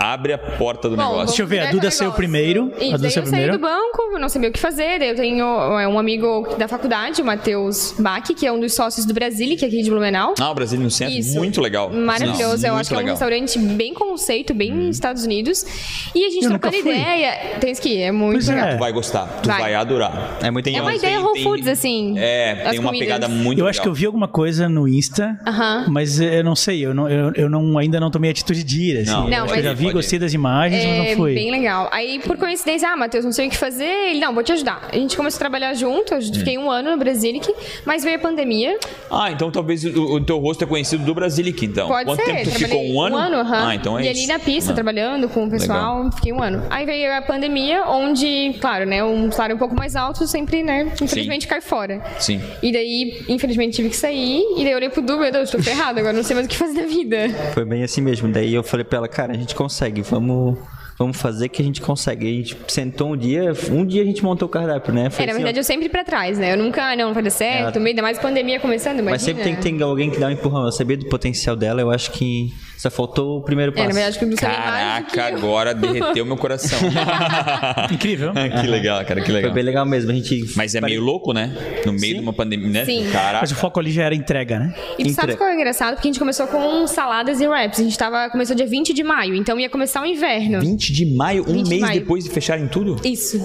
C: abrem a porta do
D: Bom,
C: negócio.
A: Deixa eu ver, a
D: direto
A: Duda
D: ao
A: saiu
D: negócio.
A: primeiro.
D: Isso,
A: A Duda
D: daí
A: saiu
D: eu saí
A: primeiro.
D: do banco, não sabia o que fazer. Daí eu tenho é, um amigo da faculdade, o Matheus Bach, que é um dos sócios do Brasília, que é aqui de Blumenau.
C: Ah, o Brasil no centro,
D: Isso.
C: muito legal.
D: Maravilhoso.
C: Não,
D: eu
C: muito
D: acho que é um
C: legal. Hum.
D: restaurante bem conceito, bem Estados Unidos. E a gente
A: Eu nunca
D: trocando
A: fui.
D: ideia. Tens que ir, é muito
A: Pois é.
D: legal.
C: Tu vai gostar, tu vai,
D: Vai.
C: adorar.
E: É muito
C: Tem-
D: É uma
C: tem-
D: ideia Whole
C: tem-
D: Foods, assim.
C: É,
D: as
C: tem uma
D: comidas.
C: pegada muito
A: Eu acho que eu
C: legal.
A: vi alguma coisa no Insta,
D: Aham.
A: mas eh, eu não sei, eu, não, eu, eu não, ainda não tomei atitude de ir. Assim.
C: Não,
A: Eu
D: Não,
A: acho que eu
D: mas-
A: já vi,
C: pode ir.
A: gostei das imagens, mas
D: É
A: não fui.
D: bem legal. Aí, por coincidência, ah, Matheus, não sei o que fazer. Ele, não, vou te ajudar. A gente começou a trabalhar junto, eu fiquei
C: Hum.
D: um ano no Brasilic, mas veio a pandemia.
C: Ah, então talvez o, o teu rosto é conhecido do Brasilic, então.
D: Pode
C: Quanto
D: ser.
C: tempo tu
D: trabalhei
C: ficou? Um ano?
D: aham.
C: Ah, então é
D: E
C: isso.
D: ali na pista,
C: Ah.
D: trabalhando com o pessoal, fiquei um ano. Aí veio a pandemia, onde, claro, né, um salário um pouco mais alto sempre, né, infelizmente cai fora.
C: Sim.
D: E daí, infelizmente, tive que sair. E daí eu olhei pro Du, meu Deus, tô ferrada, agora não sei mais o que fazer da vida.
E: Foi bem assim mesmo. Daí eu falei pra ela, cara, a gente consegue, vamos. vamos fazer que a gente consegue. A gente sentou um dia, um dia a gente montou o cardápio, né? Foi
D: É, na
E: assim, ó,
D: verdade, eu sempre pra trás, né? Eu nunca, ah, não, não vai dar certo, meio ainda mais pandemia começando, imagina.
E: Mas sempre tem que ter alguém que dá um empurrão. Eu sabia do potencial dela, eu acho que só faltou o primeiro
D: É,
E: passo.
D: na verdade, que eu não sabia mais do que
C: Caraca,
D: eu.
C: agora derreteu meu coração.
A: Incrível.
C: É, que legal, cara, que
E: Foi
C: legal.
E: bem legal mesmo. A gente
C: Mas é meio louco, né? No meio de uma pandemia, né?
D: Sim.
C: Caraca.
A: Mas o foco ali já era entrega, né?
D: E tu sabe
E: Entre-
D: qual é engraçado? Porque a gente começou com saladas e wraps. A gente tava, começou dia 20 de maio, então ia começar o inverno.
C: 20 de maio, um
D: 20 de
C: mês
D: maio.
C: depois de fecharem tudo?
D: Isso.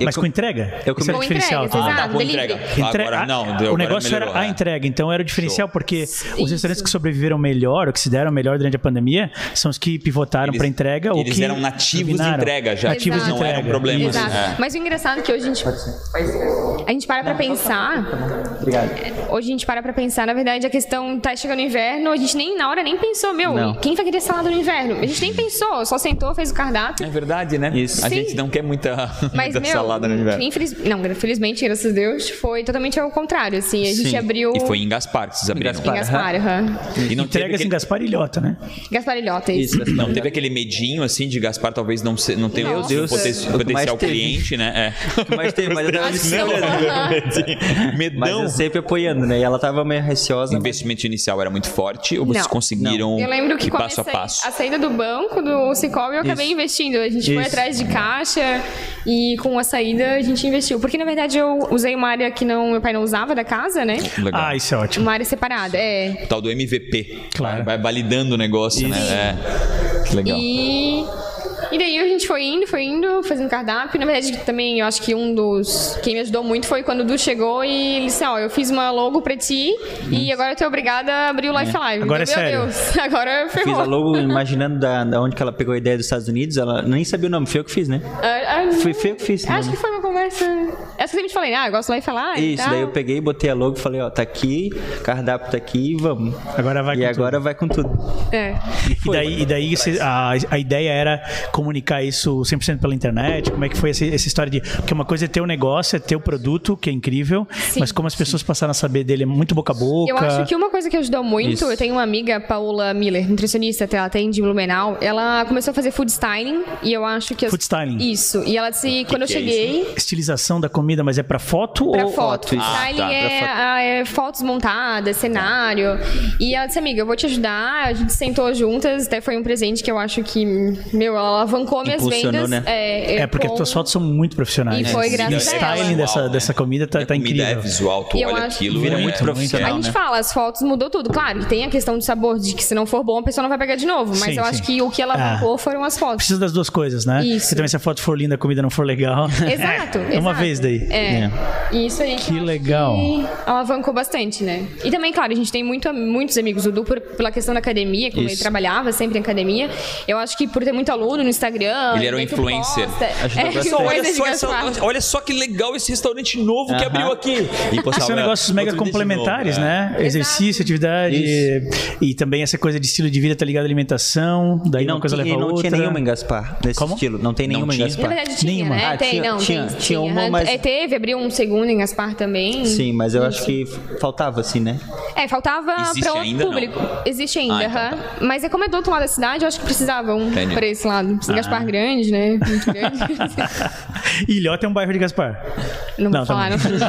A: Mas com entrega?
E: eu
A: Isso era
D: Com
A: o diferencial.
D: entregas,
A: tá?
D: exato.
C: tá, com
D: delivery.
C: entrega.
A: Entre-
C: Agora
A: a-
C: não,
A: o
C: deu, agora
A: negócio
C: melhorou,
A: era a
C: né?
A: entrega, então era o diferencial, porque os restaurantes
D: Isso.
A: que sobreviveram melhor, ou que se deram melhor durante a pandemia, são os que pivotaram
C: Eles-
A: para entrega ou
C: eles
A: que
C: eram nativos de
A: dominaram.
C: entrega já, tipo,
A: Nativos de
D: Exato.
A: entrega.
C: Não eram problemas.
A: Isso.
D: Exato.
C: É.
D: Mas o engraçado é que hoje a gente. é. A gente para pra pensar. É, Hoje a gente para pra pensar, na verdade, a questão tá chegando o inverno, a gente nem na hora nem pensou, meu,
E: Não.
D: quem vai querer salada no inverno? A gente nem pensou, só sentou, fez o cardápio.
C: É verdade, né?
E: Isso.
C: A
D: Sim.
C: gente não quer muita,
D: Mas,
C: muita
D: meu,
C: salada no inverno.
D: infeliz... não, felizmente, graças a Deus, foi totalmente ao contrário, assim, a gente
E: Sim.
D: abriu
C: E foi em Gaspar que vocês abriram.
D: em Gaspar, aham.
C: E não teve,
A: Entregas em
C: aquele,
A: Gaspar e Ilhota, né?
D: Gaspar Ilhota, isso.
E: Isso, essa-
C: não teve aquele medinho, assim, de Gaspar talvez não, ser, não ter
D: Meu
C: o
D: Deus,
E: o que
C: potencial, potencial
E: mais teve.
C: cliente, né? É.
E: Mas teve, mas eu tava
D: Acho que não, aham.
C: Medão.
E: Mas eu sempre apoiando, né? E ela tava meio
C: O
E: receosa.
C: investimento inicial era muito forte ou vocês
D: Não.
C: conseguiram
D: Eu lembro que
C: ir
D: quando
C: passo a
D: eu saí-
C: passo?
D: a saída do banco, do Cicobi, eu acabei investindo. A gente foi
E: Isso.
D: atrás de caixa e com a saída a gente investiu. Porque na verdade eu usei uma área que não, meu pai não usava da casa, né?
C: Legal.
A: Ah, isso é ótimo.
D: Uma área separada, é.
C: O tal do MVP.
A: Claro.
C: Vai validando o negócio, né? É. Que legal.
D: E... E daí a gente foi indo, foi indo, fazendo cardápio. Na verdade, também eu acho que um dos. Quem me ajudou muito foi quando o Du chegou e ele disse: Ó, eu fiz uma logo pra ti e agora eu tô obrigada a abrir o Life Live.
A: Agora é
D: Então, meu
A: sério.
D: Deus, agora ferrou.
E: Fiz a logo imaginando da, da onde que ela pegou a ideia dos Estados Unidos. Ela nem sabia o nome, foi eu que fiz, né?
D: Ah, ah,
E: Foi feio que fiz,
D: Acho
E: mano.
D: que foi uma conversa. Essa que eu sempre falei, ah, eu gosto lá e falar. e
E: Isso,
D: tal.
E: daí eu peguei, botei a logo e falei, ó, tá aqui, cardápio tá aqui e vamos.
A: Agora vai
E: E
A: com
E: agora vai com tudo.
D: É.
A: E daí, e daí cê- a, a ideia era comunicar isso 100% pela internet? Como é que foi essa, essa história de... Porque uma coisa é ter o negócio, é ter o produto, que é incrível, mas como as pessoas passaram a saber dele é muito boca a boca.
D: Eu acho que uma coisa que ajudou muito,
E: Isso.
D: eu tenho uma amiga, Paula Miller, nutricionista, até ela tem de Blumenau. Ela começou a fazer food styling e eu acho que. as-
A: Food styling?
D: Isso. E ela disse, quando eu
C: que é
D: cheguei.
A: Estilização da comida, mas é pra foto
D: Pra
A: ou...
D: foto.
E: foto, isso.
D: Styling
C: Ah, tá, pra
D: é, ah, é fotos montadas, cenário. E ela disse, amiga, eu vou te ajudar. A gente sentou juntas, até foi um presente que eu acho que, meu, ela alavancou minhas
E: Impulsionou,
D: vendas.
E: né?
D: É,
A: É, porque as
D: com-
A: tuas fotos são muito profissionais.
D: E foi
A: o
D: graças a
A: styling
D: ela.
A: dessa,
C: Visual, né?
A: dessa comida tá,
C: E a
A: tá
C: comida
A: incrível.
C: é visual, tu
D: E eu
C: olha
D: acho-
C: aquilo.
E: Vira
C: é-
E: muito
C: é-
E: profissional.
D: A
E: Não,
D: gente
E: né?
D: fala, as fotos mudou tudo. Claro que tem a questão de sabor, de que se não for bom, a pessoa não vai pegar de novo. Mas
A: Sim,
D: eu
A: sim. Ah.
D: acho que o que ela bancou foram as fotos.
A: Precisa das duas coisas, né?
D: Isso.
A: Porque também se a foto for linda, a comida não for legal.
D: Exato.
A: É uma
D: exato.
A: vez daí.
D: É. E isso aí. eu
A: Que
D: acho
A: legal.
D: que alavancou bastante, né? E também, claro, a gente tem muito, muitos amigos. O Du, por- pela questão da academia, como ele
E: Isso.
D: trabalhava sempre em academia, eu acho que por ter muito aluno no Instagram.
C: Ele era um
D: muito
C: influencer.
D: posta,
E: Ajudou
D: é,
E: bastante.
C: Só olha,
D: coisa de
C: só essa-
D: Gaspar.
C: olha só que legal esse restaurante novo que abriu aqui. E
A: Que
C: postava
A: são negócios
C: outro
A: é um mega
C: vídeo de
A: complementares,
C: novo, é.
A: né? Exercício, atividade e também essa coisa de estilo de vida tá ligado à alimentação, daí
E: E não,
A: uma coisa
E: tinha,
A: leva
E: e
A: a
E: não
A: outra.
E: tinha nenhuma em Gaspar desse
A: Como?
E: estilo. Não tem nenhuma
C: tinha?
E: em
D: Na
E: Gaspar.
D: verdade tinha,
A: Nenhuma.
D: né?
E: Ah,
D: tem,
E: tinha-
D: não, tem-
E: tinha-
D: tinha.
E: tinha uma, mas-
D: É, teve, abriu um segundo em Gaspar também.
E: Sim, mas eu acho que faltava, assim, né?
D: É, faltava
C: Existe
D: para outro
C: ainda, não?
D: público. Existe ainda,
C: Ah, então
D: aham. Mas é como é do outro lado da cidade, eu acho que precisava um
C: Entendi. Ah.
D: pra esse lado. Precisa de Gaspar Grande, né? Muito grande.
A: Ilhota é um bairro de Gaspar.
D: não vou
A: Não, tá
D: falar, não,
A: bom.
D: não vou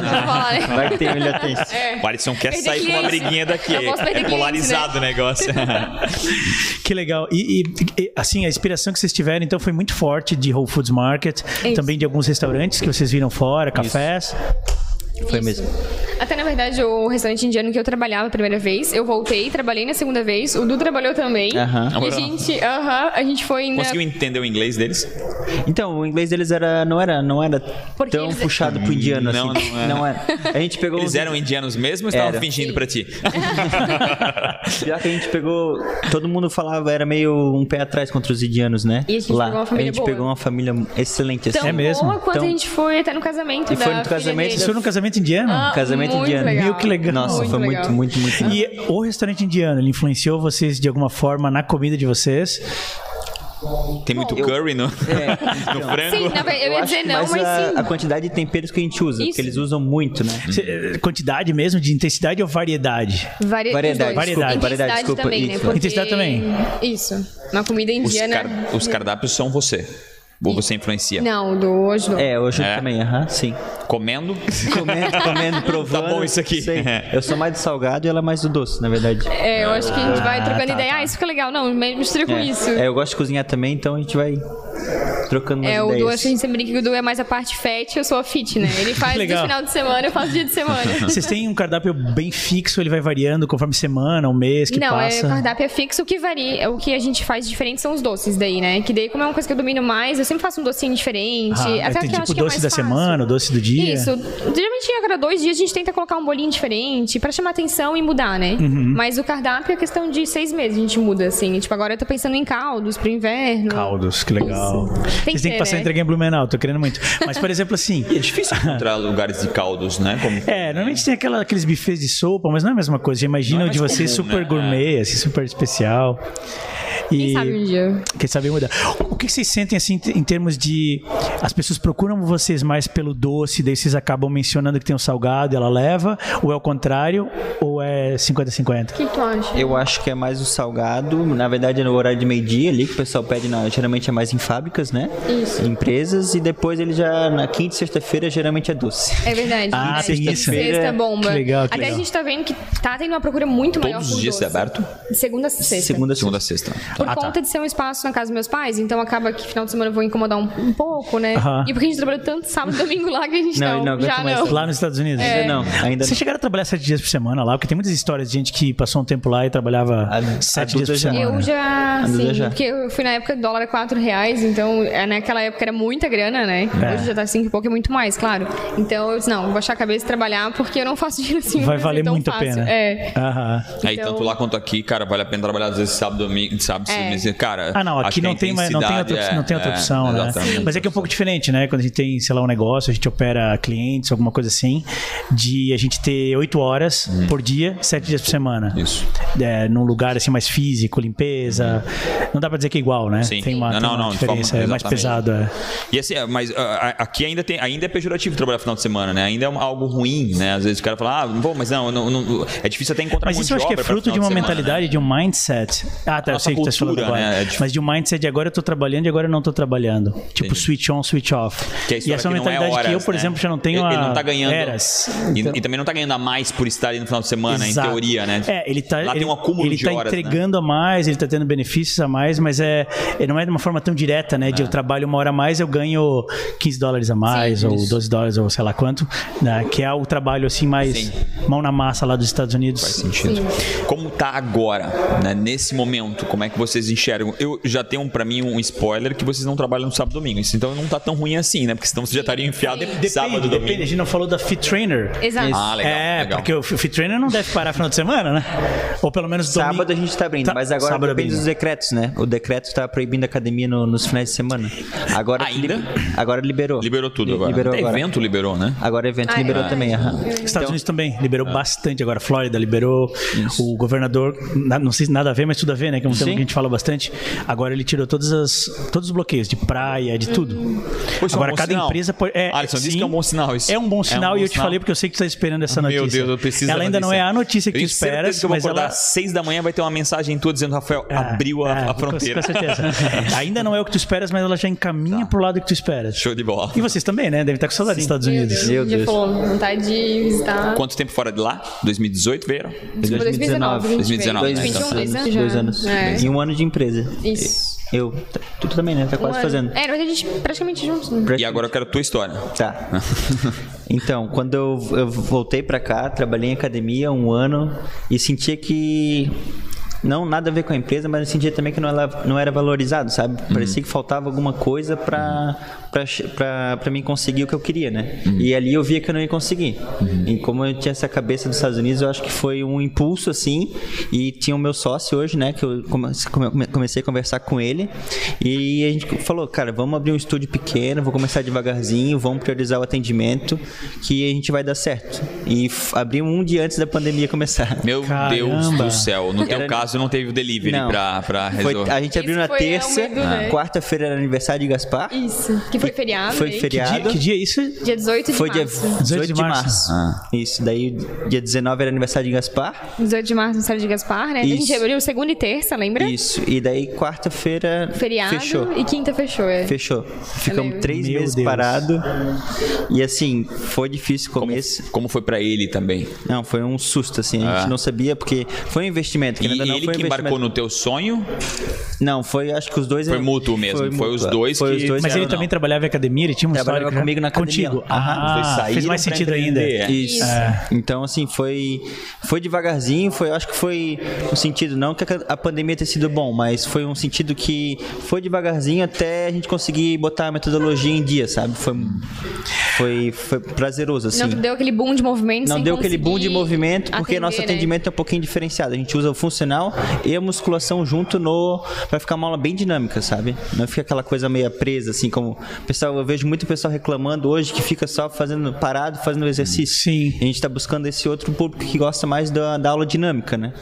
D: falar, né?
E: Vai que tem olha tem.
D: É.
C: O Alisson quer
D: Perder
C: sair com uma
D: cliente.
C: briguinha daqui.
D: Eu posso perder né?
C: É polarizado
D: cliente,
C: o negócio.
A: Que legal. E, e- e, assim, a inspiração que vocês tiveram, então, foi muito forte de Whole Foods Market,
D: Isso.
A: também de alguns restaurantes que vocês viram fora, cafés.
E: Foi mesmo.
D: Até na verdade, o restaurante indiano que eu trabalhava a primeira vez, eu voltei, trabalhei na segunda vez, o Du trabalhou também.
E: Aham.
D: E a gente, aham, a gente foi na.
C: Conseguiu entender o inglês deles?
E: Então, o inglês deles era, não era, não era
D: Porque
E: tão
D: eles-
E: puxado pro indiano
C: Hum, Não,
E: assim.
C: não era.
E: A gente pegou.
C: Eles
E: um-
C: eram indianos mesmo ou estavam
E: Era.
C: fingindo pra ti?
E: Pior que a gente pegou. Todo mundo falava, era meio um pé atrás contra os indianos, né?
D: E a gente
E: Lá.
D: pegou uma família
E: a gente
D: boa.
E: pegou uma família excelente, assim.
D: Tão
A: É mesmo?
D: boa quanto
E: Então-
D: a gente foi até no casamento
E: E
D: da
E: foi no
D: filha
E: casamento
D: dele.
A: Isso foi num casamento indiano?
D: Ah,
E: Casamento
D: muito
E: indiano.
D: Legal.
A: Meu, que legal.
E: Nossa,
D: Muito
E: foi
D: legal.
E: muito, muito, muito.
A: E o restaurante indiano, ele influenciou vocês de alguma forma na comida de vocês?
C: Tem muito
D: Bom, eu-
C: curry no,
E: É.
C: no frango.
D: Sim, na verdade, eu, ia
E: acho
D: dizer
E: que
D: não,
E: mais
D: mas
E: a,
D: sim.
E: a quantidade de temperos que a gente usa,
D: Isso.
E: porque eles usam muito, né?
A: Cê- eh, Quantidade mesmo, de intensidade ou variedade?
D: Vari...
E: Variedade,
D: os dois.
A: desculpa,
D: Intensidade
E: variedade, desculpa,
D: também, né?
E: isso.
D: Porque-
A: Intensidade também.
D: Isso. Na comida
C: Os,
D: indiana.
C: car- os cardápios são você. Ou você influencia.
D: Não, do hoje não.
E: É, hoje
C: É.
E: também, aham, sim.
C: Comendo.
E: Comendo, comendo, provando.
C: Tá bom isso aqui. É.
E: sei. Eu sou mais do salgado e ela é mais do doce, na verdade.
D: É, eu acho que a gente vai trocando
E: tá,
D: ideia.
E: tá.
D: Ah, isso fica legal. Não, me- mistura com
E: É.
D: isso.
E: É, eu gosto de cozinhar também, então a gente vai trocando umas
D: É, o
E: ideias.
D: Du, acho que a gente sempre brinca que o Du é mais a parte fat, eu sou a fit, né? Ele faz no
A: Legal.
D: final de semana, eu faço dia de semana.
A: Vocês têm um cardápio bem fixo, ele vai variando conforme semana, um mês que
D: não,
A: passa?
D: é cardápio é fixo, o que varia, é o que a gente faz diferente são os doces daí, né? Que daí, como é uma coisa que eu domino mais, eu sempre faço um docinho diferente.
A: Ah,
D: até
A: tem
D: que eu
A: tipo
D: acho
A: o
D: que é
A: doce
D: mais
A: da
D: fácil.
A: semana, o doce do dia.
D: Isso. Geralmente a cada dois dias a gente tenta colocar um bolinho diferente pra chamar atenção e mudar, né? Mas o cardápio é questão de seis meses, a gente muda, assim. Tipo, agora eu tô pensando em caldos pro inverno.
A: Caldos, que legal.
D: Tem
A: Vocês
D: que
A: têm que
D: ter,
A: passar a
D: né?
A: entrega em Blumenau, tô querendo muito. Mas, por exemplo, assim.
C: É difícil encontrar lugares de caldos, né? Como...
A: É, normalmente tem aquela- aqueles buffets de sopa, mas não é a mesma coisa. Já imagina
C: Não é
A: o de
C: mais
A: vocês
C: comum,
A: super
C: né?
A: gourmet, assim, super especial. E
D: Quem sabe um dia.
A: quem sabe mudar. O que vocês sentem assim em termos de as pessoas procuram vocês mais pelo doce, daí vocês acabam mencionando que tem um salgado e ela leva, ou é o contrário, ou é 50-50?
D: O que tu acha?
E: Eu acho que é mais o salgado. Na verdade, é no horário de meio-dia ali que o pessoal pede. na- geralmente é mais em fábricas, né?
D: Isso.
E: Em Empresas. E depois ele já, na quinta e sexta-feira, geralmente é doce.
D: É verdade.
A: Ah,
D: né?
A: tem
D: Sexta-
A: isso.
D: Sexta bomba.
A: Que legal, que
D: Até
A: legal.
D: a gente tá vendo que tá tendo uma procura muito maior
C: Todos
D: por
C: os dias
D: um doce.
C: é aberto?
D: De segunda a sexta.
E: Segunda,
C: Segunda
E: segunda.
C: a sexta.
D: Por
A: Ah, tá.
D: conta de ser um espaço na casa dos meus pais, então acaba que final de semana eu vou incomodar um, um pouco, né?
A: Aham.
D: E porque a gente trabalhou tanto sábado e domingo lá que a gente
E: Não,
D: não,
E: ele não aguenta
D: já
E: mais
D: não. É.
A: Lá nos Estados Unidos?
E: Ainda não, ainda
A: Vocês
E: não.
A: chegaram a trabalhar sete dias por semana lá? Porque tem muitas histórias de gente que passou um tempo lá e trabalhava
E: A-
A: sete
E: a
A: dias
E: Duda
A: por
E: já-
A: semana.
D: Eu já,
E: Duda
D: sim,
E: já.
D: porque eu fui na época que o dólar era 4 reais, então é, naquela época era muita grana, né?
A: É.
D: Hoje já tá 5 e pouco, é muito mais, claro. Então eu disse, não, vou achar a cabeça e trabalhar, porque eu não faço dinheiro assim.
A: Vai
D: no Brasil
A: valer
D: tão
A: muito
D: fácil.
A: a pena.
D: É.
A: Aham.
C: Aí,
D: Então-
C: tanto lá quanto aqui, cara, vale a pena trabalhar às vezes sábado, domingo, sábado,
D: É.
C: é. cara.
A: Ah, não,
C: acho
A: aqui
C: que a
A: não tem, mais, não, tem outra,
C: intensidade é-
A: não tem outra
C: é,
A: opção, né?
C: exatamente.
A: Mas é que é um pouco diferente, né? Quando a gente tem, sei lá, um negócio, a gente opera clientes, alguma coisa assim, de a gente ter oito horas por dia, sete dias por semana.
C: Hum. Isso.
A: É, num lugar assim mais físico, limpeza. Não dá pra dizer que é igual, né?
C: Sim.
A: Tem uma,
C: Não,
A: tem
C: não,
A: uma
C: não, de
A: diferença,
C: forma-
A: é mais
C: exatamente.
A: pesado. É.
C: E assim, é, mas ah, ah, aqui ainda, tem, ainda é pejorativo trabalhar final de semana, né? Ainda é um- algo ruim, né? Às vezes o cara fala, ah, bom, mas não, não, não- é difícil até encontrar
A: Mas
C: mão
A: isso eu acho que é
C: obra pra
A: fruto de uma
C: final semana, né?
A: mentalidade, de um mindset. Ah, tá, eu
C: nossa
A: sei o que tu tá falando
C: cultura,
A: agora.
C: né, é dif-
A: Mas de um mindset de agora eu tô trabalhando e agora eu não tô trabalhando. Tipo,
C: Entendi.
A: switch on, switch off.
C: Que a
A: e essa
C: história
A: é
C: que
A: uma
C: não
A: mentalidade
C: horas,
A: que eu, por
C: né?
A: exemplo, já não tenho
C: ele, ele
A: há
C: não tá ganhando
A: eras.
C: E, e também não tá ganhando a mais por estar ali no final de semana,
A: Exato.
C: em teoria, né?
A: É, ele tá,
C: Lá
A: ele,
C: tem um acúmulo
A: ele
C: de
A: tá
C: horas, né?
A: entregando a mais, ele tá tendo benefícios a mais, mas é, é- não é de uma forma tão direta,
C: É.
A: né? De eu trabalho uma hora a mais, eu ganho 15 dólares a mais, ou 12 dólares, ou sei lá quanto, né? Que é o trabalho assim mais
C: Sim.
A: mão na massa lá dos Estados Unidos.
C: Faz sentido. Como tá agora, né? Nesse momento, como é que vocês enxergam? Eu já tenho um, pra mim um spoiler que vocês não trabalham no sábado e domingo. Isso, Então não tá tão ruim assim, né? Porque senão vocês já estariam enfiados
A: Depende,
C: sábado e
A: depende,
C: domingo.
A: a gente não falou da Fit Trainer.
D: Exato.
C: Ah, legal.
A: é,
C: legal.
A: porque o fit trainer não deve parar final de semana, né? Ou pelo menos domingo.
E: Sábado a gente tá abrindo,
A: Tá-
E: mas agora
A: sábado
E: depende
A: abrindo.
E: dos decretos, né? O decreto tá proibindo a academia no- nos finais de semana. Agora
C: Ainda?
E: agora liberou.
C: Liberou tudo
E: Li-
C: agora.
E: Liberou
C: Até
E: agora.
C: evento liberou, né?
E: Agora evento
D: Ah, é
E: liberou
D: verdade.
E: também, aham.
C: Então-
A: Estados Unidos também
C: Ah.
A: liberou bastante agora. Flórida liberou. O governador, na- não sei se nada a ver, mas tudo a ver, né? Que é um tema
E: Sim.
A: que a gente fala bastante. Agora ele tirou todas as, todos os bloqueios de praia, de tudo.
C: Pô, isso é um
A: agora
C: bom
A: cada
C: sinal.
A: empresa. pode- É,
C: Alisson, disse que é um bom sinal isso.
A: É um
C: É um
A: bom sinal
C: bom
A: e eu te
C: sinal.
A: falei porque eu sei que tu tá esperando essa
C: Meu
A: notícia.
C: Deus, eu preciso.
A: Ela
C: da
A: ainda não é
C: notícia.
A: a notícia que
C: eu
A: tu
C: tenho certeza
A: esperas,
C: que eu vou
A: mas
C: acordar
A: ela.
C: às seis da manhã vai ter uma mensagem tua dizendo, Rafael, abriu a,
A: É,
C: a
A: com-
C: fronteira. Tá.
A: Com, certeza. Ainda não é o que tu esperas, mas ela já encaminha pro lado que tu esperas.
C: Show de bola.
A: E vocês também, né? Devem estar com saudade dos Estados
D: Meu
A: Unidos.
D: Deus,
E: Meu
D: um dia
E: Deus.
D: falou, vontade de visitar.
C: Quanto tempo fora de lá? 2018, vieram?
D: Desculpa, 2019.
C: 2019,
D: 20, 21,
C: né?
D: dois anos.
E: Dois
D: já.
E: anos.
D: É.
E: E um ano de empresa.
D: Isso.
E: Eu. tá- Tu também, né? Tá
D: Um
E: quase
D: ano.
E: fazendo.
D: É, mas a gente praticamente juntos. né?
C: E agora eu quero a tua história.
E: Tá. Então, quando eu, eu voltei pra cá, trabalhei em academia um ano e sentia que. Não nada a ver com a empresa, mas eu sentia também que não era, não era valorizado, sabe?
D: Uhum.
E: Parecia que faltava alguma coisa pra, pra, che- pra, pra mim conseguir o que eu queria, né?
D: Uhum.
E: E ali eu via que eu não ia conseguir. E como eu tinha essa cabeça dos Estados Unidos, eu acho que foi um impulso, assim. E tinha o meu sócio hoje, né? Que eu come- come- comecei a conversar com ele. E a gente falou, cara, vamos abrir um estúdio pequeno, vou começar devagarzinho, vamos priorizar o atendimento, que a gente vai dar certo. E f- abrimos um dia antes da pandemia começar.
C: Meu
A: Caramba.
C: Deus do céu. No teu
E: Era-
C: caso, caso, não teve o delivery
E: Não.
C: pra, pra
E: Foi-
C: resolver.
E: a gente abriu
D: Isso
E: na
D: foi
E: terça,
D: ao meio do mês.
E: quarta-feira era aniversário de Gaspar.
D: Isso. Que foi feriado.
E: Foi
D: hein?
A: Que dia,
E: feriado.
A: que dia é isso?
D: Dia 18 de
E: Foi dia
D: março.
E: 18 de
A: março.
E: março. Isso, daí dia 19 era aniversário de Gaspar.
D: 18 de março, aniversário de Gaspar, né? A gente
E: Isso.
D: abriu segunda e terça, lembra?
E: Isso, e daí quarta-feira
D: Feriado
E: fechou.
D: e quinta fechou, é.
E: Fechou. Ficamos
D: lembro.
E: três
A: Meu
E: meses
A: Deus.
E: parado. E assim, foi difícil o
C: Como,
E: começo.
C: como foi pra ele também?
E: Não, foi um susto, assim. A gente
C: Ah.
E: não sabia, porque foi um investimento.
C: E
E: querendo ou não,
C: ele
E: foi um
C: que embarcou
E: investimento.
C: no teu sonho?
E: Não, foi, acho que os dois...
C: Foi
E: eram-
C: mútuo mesmo, foi os
E: mútuo,
C: dois
E: Foi
C: que-
E: os dois
A: Mas
E: eram-
A: ele
C: não.
A: também trabalhava em academia, ele tinha um
E: Trabalhava
A: histórico. né?
E: comigo na academia.
A: Contigo.
E: Aham,
C: os dois
A: Ah,
C: saíram
A: fez mais
C: pra
A: sentido ainda.
C: empreender. É.
E: Isso.
A: É.
E: Então, assim, foi, foi devagarzinho, foi, eu acho que foi um sentido, não que a a pandemia tenha sido bom, mas foi um sentido que foi devagarzinho até a gente conseguir botar a metodologia em dia, sabe? Foi, foi, foi prazeroso, assim.
D: Não deu aquele boom de movimento
E: Não
D: sem
E: deu aquele boom de
D: conseguir
E: movimento, porque
D: atender,
E: nosso
D: né?
E: atendimento é um pouquinho diferenciado. A gente usa o funcional e a musculação junto no. Vai ficar uma aula bem dinâmica, sabe? Não fica aquela coisa meio presa, assim, como. Pessoal, eu vejo muito pessoal reclamando hoje que fica só fazendo parado, fazendo exercício.
A: Sim.
E: E a gente tá buscando esse outro público que gosta mais da, da aula dinâmica, né?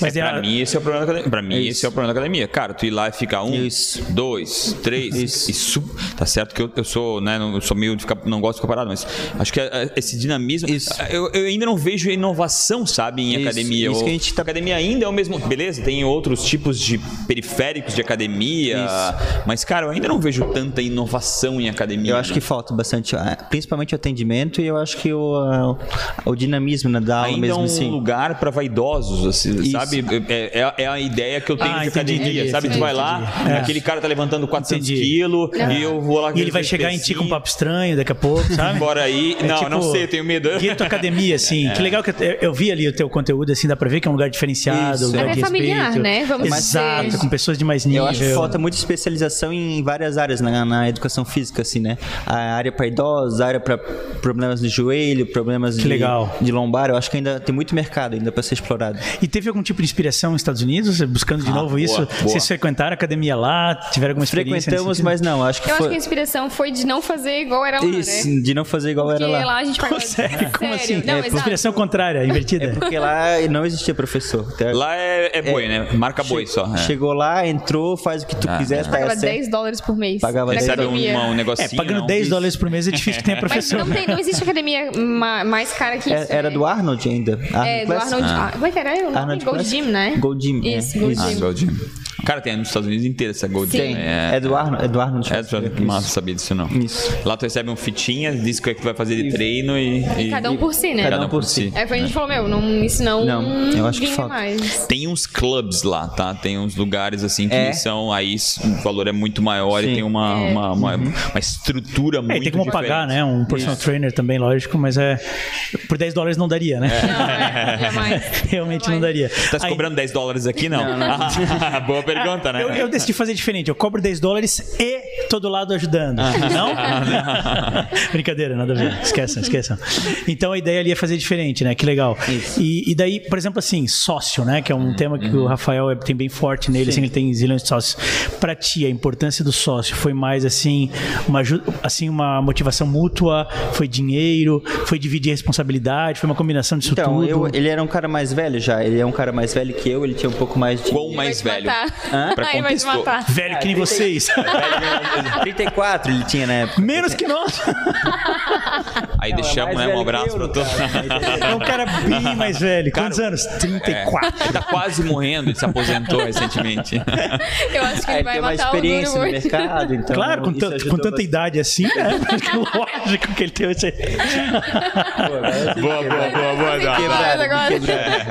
A: Mas é
C: Pra
A: a-
C: mim, esse é o problema da academia. Pra mim,
E: Isso.
C: esse é o problema da academia. Cara, tu ir lá e ficar um,
E: Isso.
C: dois, três.
E: Isso.
C: Isso. Tá certo que eu, eu sou, né? Não, eu sou meio de ficar. Não gosto de ficar parado, mas acho que é, é, esse dinamismo.
E: Isso.
C: Eu, eu ainda não vejo inovação, sabe, em
E: Isso,
C: academia.
E: isso
C: Eu-
E: que a gente tá-
C: Academia ainda é o mesmo. Beleza, tem outros tipos de periféricos de academia.
E: Isso.
C: Mas, cara, eu ainda não vejo tanta inovação em academia.
E: Eu acho que falta bastante, ah, principalmente o atendimento e eu acho que o, ah, o dinamismo né, da aula
C: Ainda
E: mesmo,
C: é um
E: assim.
C: lugar pra vaidosos, assim,
E: Isso.
C: sabe? É, é- é a ideia que eu tenho
A: Ah,
C: de
A: entendi,
C: academia,
A: entendi,
C: sabe? Tu vai lá,
A: entendi. É.
C: aquele cara tá levantando 400
A: Entendi.
C: quilos e eu vou lá...
A: E ele vai chegar em ti com um papo estranho daqui a pouco, sabe? É tipo,
C: Bora aí. Não, não sei, eu tenho medo. É.
A: Gueto Academia, assim. Que legal que eu, eu vi ali o teu conteúdo, assim, dá pra ver que é um lugar diferenciado,
E: Isso.
A: um lugar
D: Até
A: de
D: É familiar,
A: respeito.
D: né? Vamos
A: Exato,
D: ser-
A: com pessoas de mais nível.
E: Eu acho que falta muita especialização em várias áreas na, na educação física, assim, né? A área para idosos, a área para problemas de joelho, problemas de,
A: legal.
E: de lombar. Eu acho que ainda tem muito mercado ainda para ser explorado.
A: E teve algum tipo de inspiração nos Estados Unidos, buscando de novo isso?
C: Ah, boa.
A: Vocês frequentaram a academia lá? Tiveram alguma experiência?
E: Frequentamos,
A: nesse
E: mas não. Acho que
D: Eu acho que a
E: foi
D: inspiração foi de não fazer igual era lá,
E: isso,
D: né?
E: de não fazer igual
D: Porque
E: era lá.
D: a gente pagava...
A: Sério? Como assim?
D: Não,
A: É,
D: exato.
A: inspiração contrária, invertida. É,
E: Porque lá não existia professor. Até-
C: Lá é, é boi, né? Marca boi só. é. Ah,
E: Chegou lá, entrou, faz o que tu quiser, tá
D: Pagava
E: certo.
D: 10 dólares por mês.
E: Pagava
D: da
E: 10
C: Recebe um,
D: academia.
C: uma- um
A: É,
C: negocinho.
A: pagando
C: não?
A: 10 dólares por mês é difícil que tenha
D: Mas
A: professor.
D: não, tem, não existe academia ma- mais cara que isso.
E: É- Era
D: né?
E: do Arnold ainda. Arnold
D: É, do
E: Classic.
D: Arnold. Ah. Como é que era? O nome?
E: Arnold
D: Gold
E: Classic?
D: Gym, né?
E: Gold Gym, é.
D: Isso, Gold
C: Ah,
D: Gym.
C: Gold Gym. Cara, tem nos Estados Unidos inteira essa Gold
D: Sim.
C: Gym.
E: É do Arnold. É do Arnold.
C: É, tu- que massa sabia disso não.
E: Isso.
C: Lá tu recebe um fitinha, diz o que é que tu vai fazer de treino e. e-
D: Cada um por si, né?
C: Cada um por si.
D: Aí foi a gente falou, meu, não, isso não,
E: Não, eu acho que
D: vinga
E: falta.
D: mais.
C: Tem uns clubs lá, tá? Tem uns lugares assim que
E: É.
C: são. Aí s- o valor é muito maior
E: Sim. Uhum.
C: e tem uma,
D: É.
C: uma, uma, uma estrutura muito.
A: É, tem como
C: diferente.
A: pagar, né? Um personal trainer também, lógico, mas é. Por 10 dólares não daria, né?
D: Não, é, jamais.
A: Realmente não daria.
E: né?
C: Tá se
A: Aí-
C: cobrando 10 dólares aqui, não? Boa pergunta, né?
A: Eu, eu decidi fazer diferente. Eu cobro 10 dólares e todo lado ajudando. Não? Brincadeira, nada a ver. Esqueçam, esqueçam. Então a ideia ali é fazer diferente, né? Que legal. E, e daí, por exemplo, assim, sócio, né? Que é um tema que o Rafael é- tem bem forte nele, assim, ele tem zilhões de sócios. Pra ti, a importância do sócio foi mais assim uma, aju- assim, uma motivação mútua, foi dinheiro, foi dividir responsabilidade, foi uma combinação disso
E: Então,
A: tudo.
E: eu, ele era um cara mais velho já. Ele é um cara mais velho que eu, ele tinha um pouco mais de.
C: Quão mais
D: Vai te
C: velho?
D: matar.
C: Pra
D: Aí vai te
C: contexto-
D: matar.
A: Velho
E: Ah,
A: que nem vocês.
E: 34 ele tinha na época.
A: Menos que nós.
C: Aí
E: Não, é
C: deixamos,
E: mais
C: né? Um
E: velho
C: abraço
E: que eu,
C: pra todos.
A: É um cara bem mais velho.
C: Cara,
A: Quantos anos?
E: é.
A: 34.
C: Ele tá quase morrendo, ele se aposentou recentemente.
D: Eu acho que
E: Ah,
D: ele
E: ele
D: vai
E: tem uma
D: matar o
E: experiência
D: duro
E: no
D: hoje.
E: mercado, então.
A: Claro, com,
E: isso
A: tan-
E: ajudou
A: com tanta
E: bastante.
A: idade assim, né? lógico que ele tem esse...
C: boa, boa, boa, boa.
D: Tem que falar agora.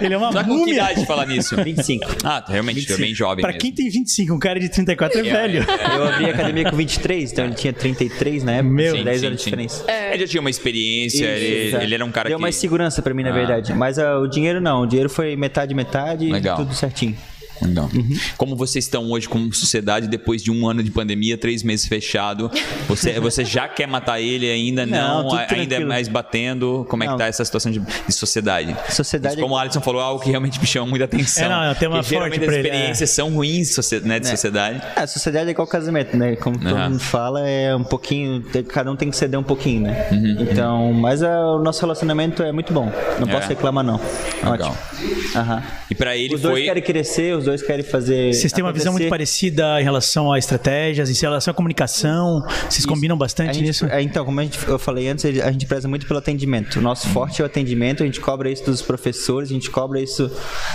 A: Ele é uma
C: Só com que
A: múmia.
C: idade falar nisso?
E: 25.
C: Ah, tu realmente, tu é bem jovem
A: Pra
C: mesmo.
A: quem tem 25, um cara de 34 é
C: É,
A: velho.
E: Eu abri a academia com 23, então ele tinha 33 na época.
A: Meu.
E: Meu, 10 anos de
C: sim.
E: diferença.
D: É.
C: Ele já tinha uma experiência,
E: Isso,
C: ele,
E: é.
C: ele era um cara
E: Deu
C: que...
E: ah, mais segurança pra mim, na verdade. Mas ah, o dinheiro não. O dinheiro foi metade, metade
C: Legal.
E: tudo certinho.
C: Legal. Uhum. Como vocês estão hoje como sociedade depois de um ano de pandemia, três meses fechado? Você, você já quer matar ele ainda?
E: Não,
C: Não,
E: tudo
C: a- ainda é
E: tranquilo.
C: mais batendo? Como é que
E: Não.
C: tá essa situação de, de sociedade?
E: Sociedade-
C: Isso, como o Alisson falou, é algo que realmente me chama muita atenção.
A: É, não, é um tema
C: Porque geralmente
A: forte pra
C: as
A: ele, é.
C: experiências são ruins socie- né, de sociedade.
E: É, a sociedade é igual casamento, né? Como todo
C: Aham.
E: mundo fala, é um pouquinho. te- Cada um tem que ceder um pouquinho, né? Então, mas é, o nosso relacionamento é muito bom. Não
C: Uhum, É.
E: posso reclamar, não.
C: Legal.
E: Ótimo. Aham.
C: E pra ele
E: Os dois
C: foi.
E: querem crescer, os dois querem fazer.
A: Vocês têm uma visão muito
E: acontecer.
A: parecida em relação a estratégias, em relação à comunicação. Vocês combinam
E: A
A: bastante
E: gente-
A: nisso?
E: é, então, como a gente- eu falei antes, a gente preza muito pelo atendimento. O
C: Uhum.
E: nosso forte é o atendimento, a gente cobra isso dos professores, a gente cobra isso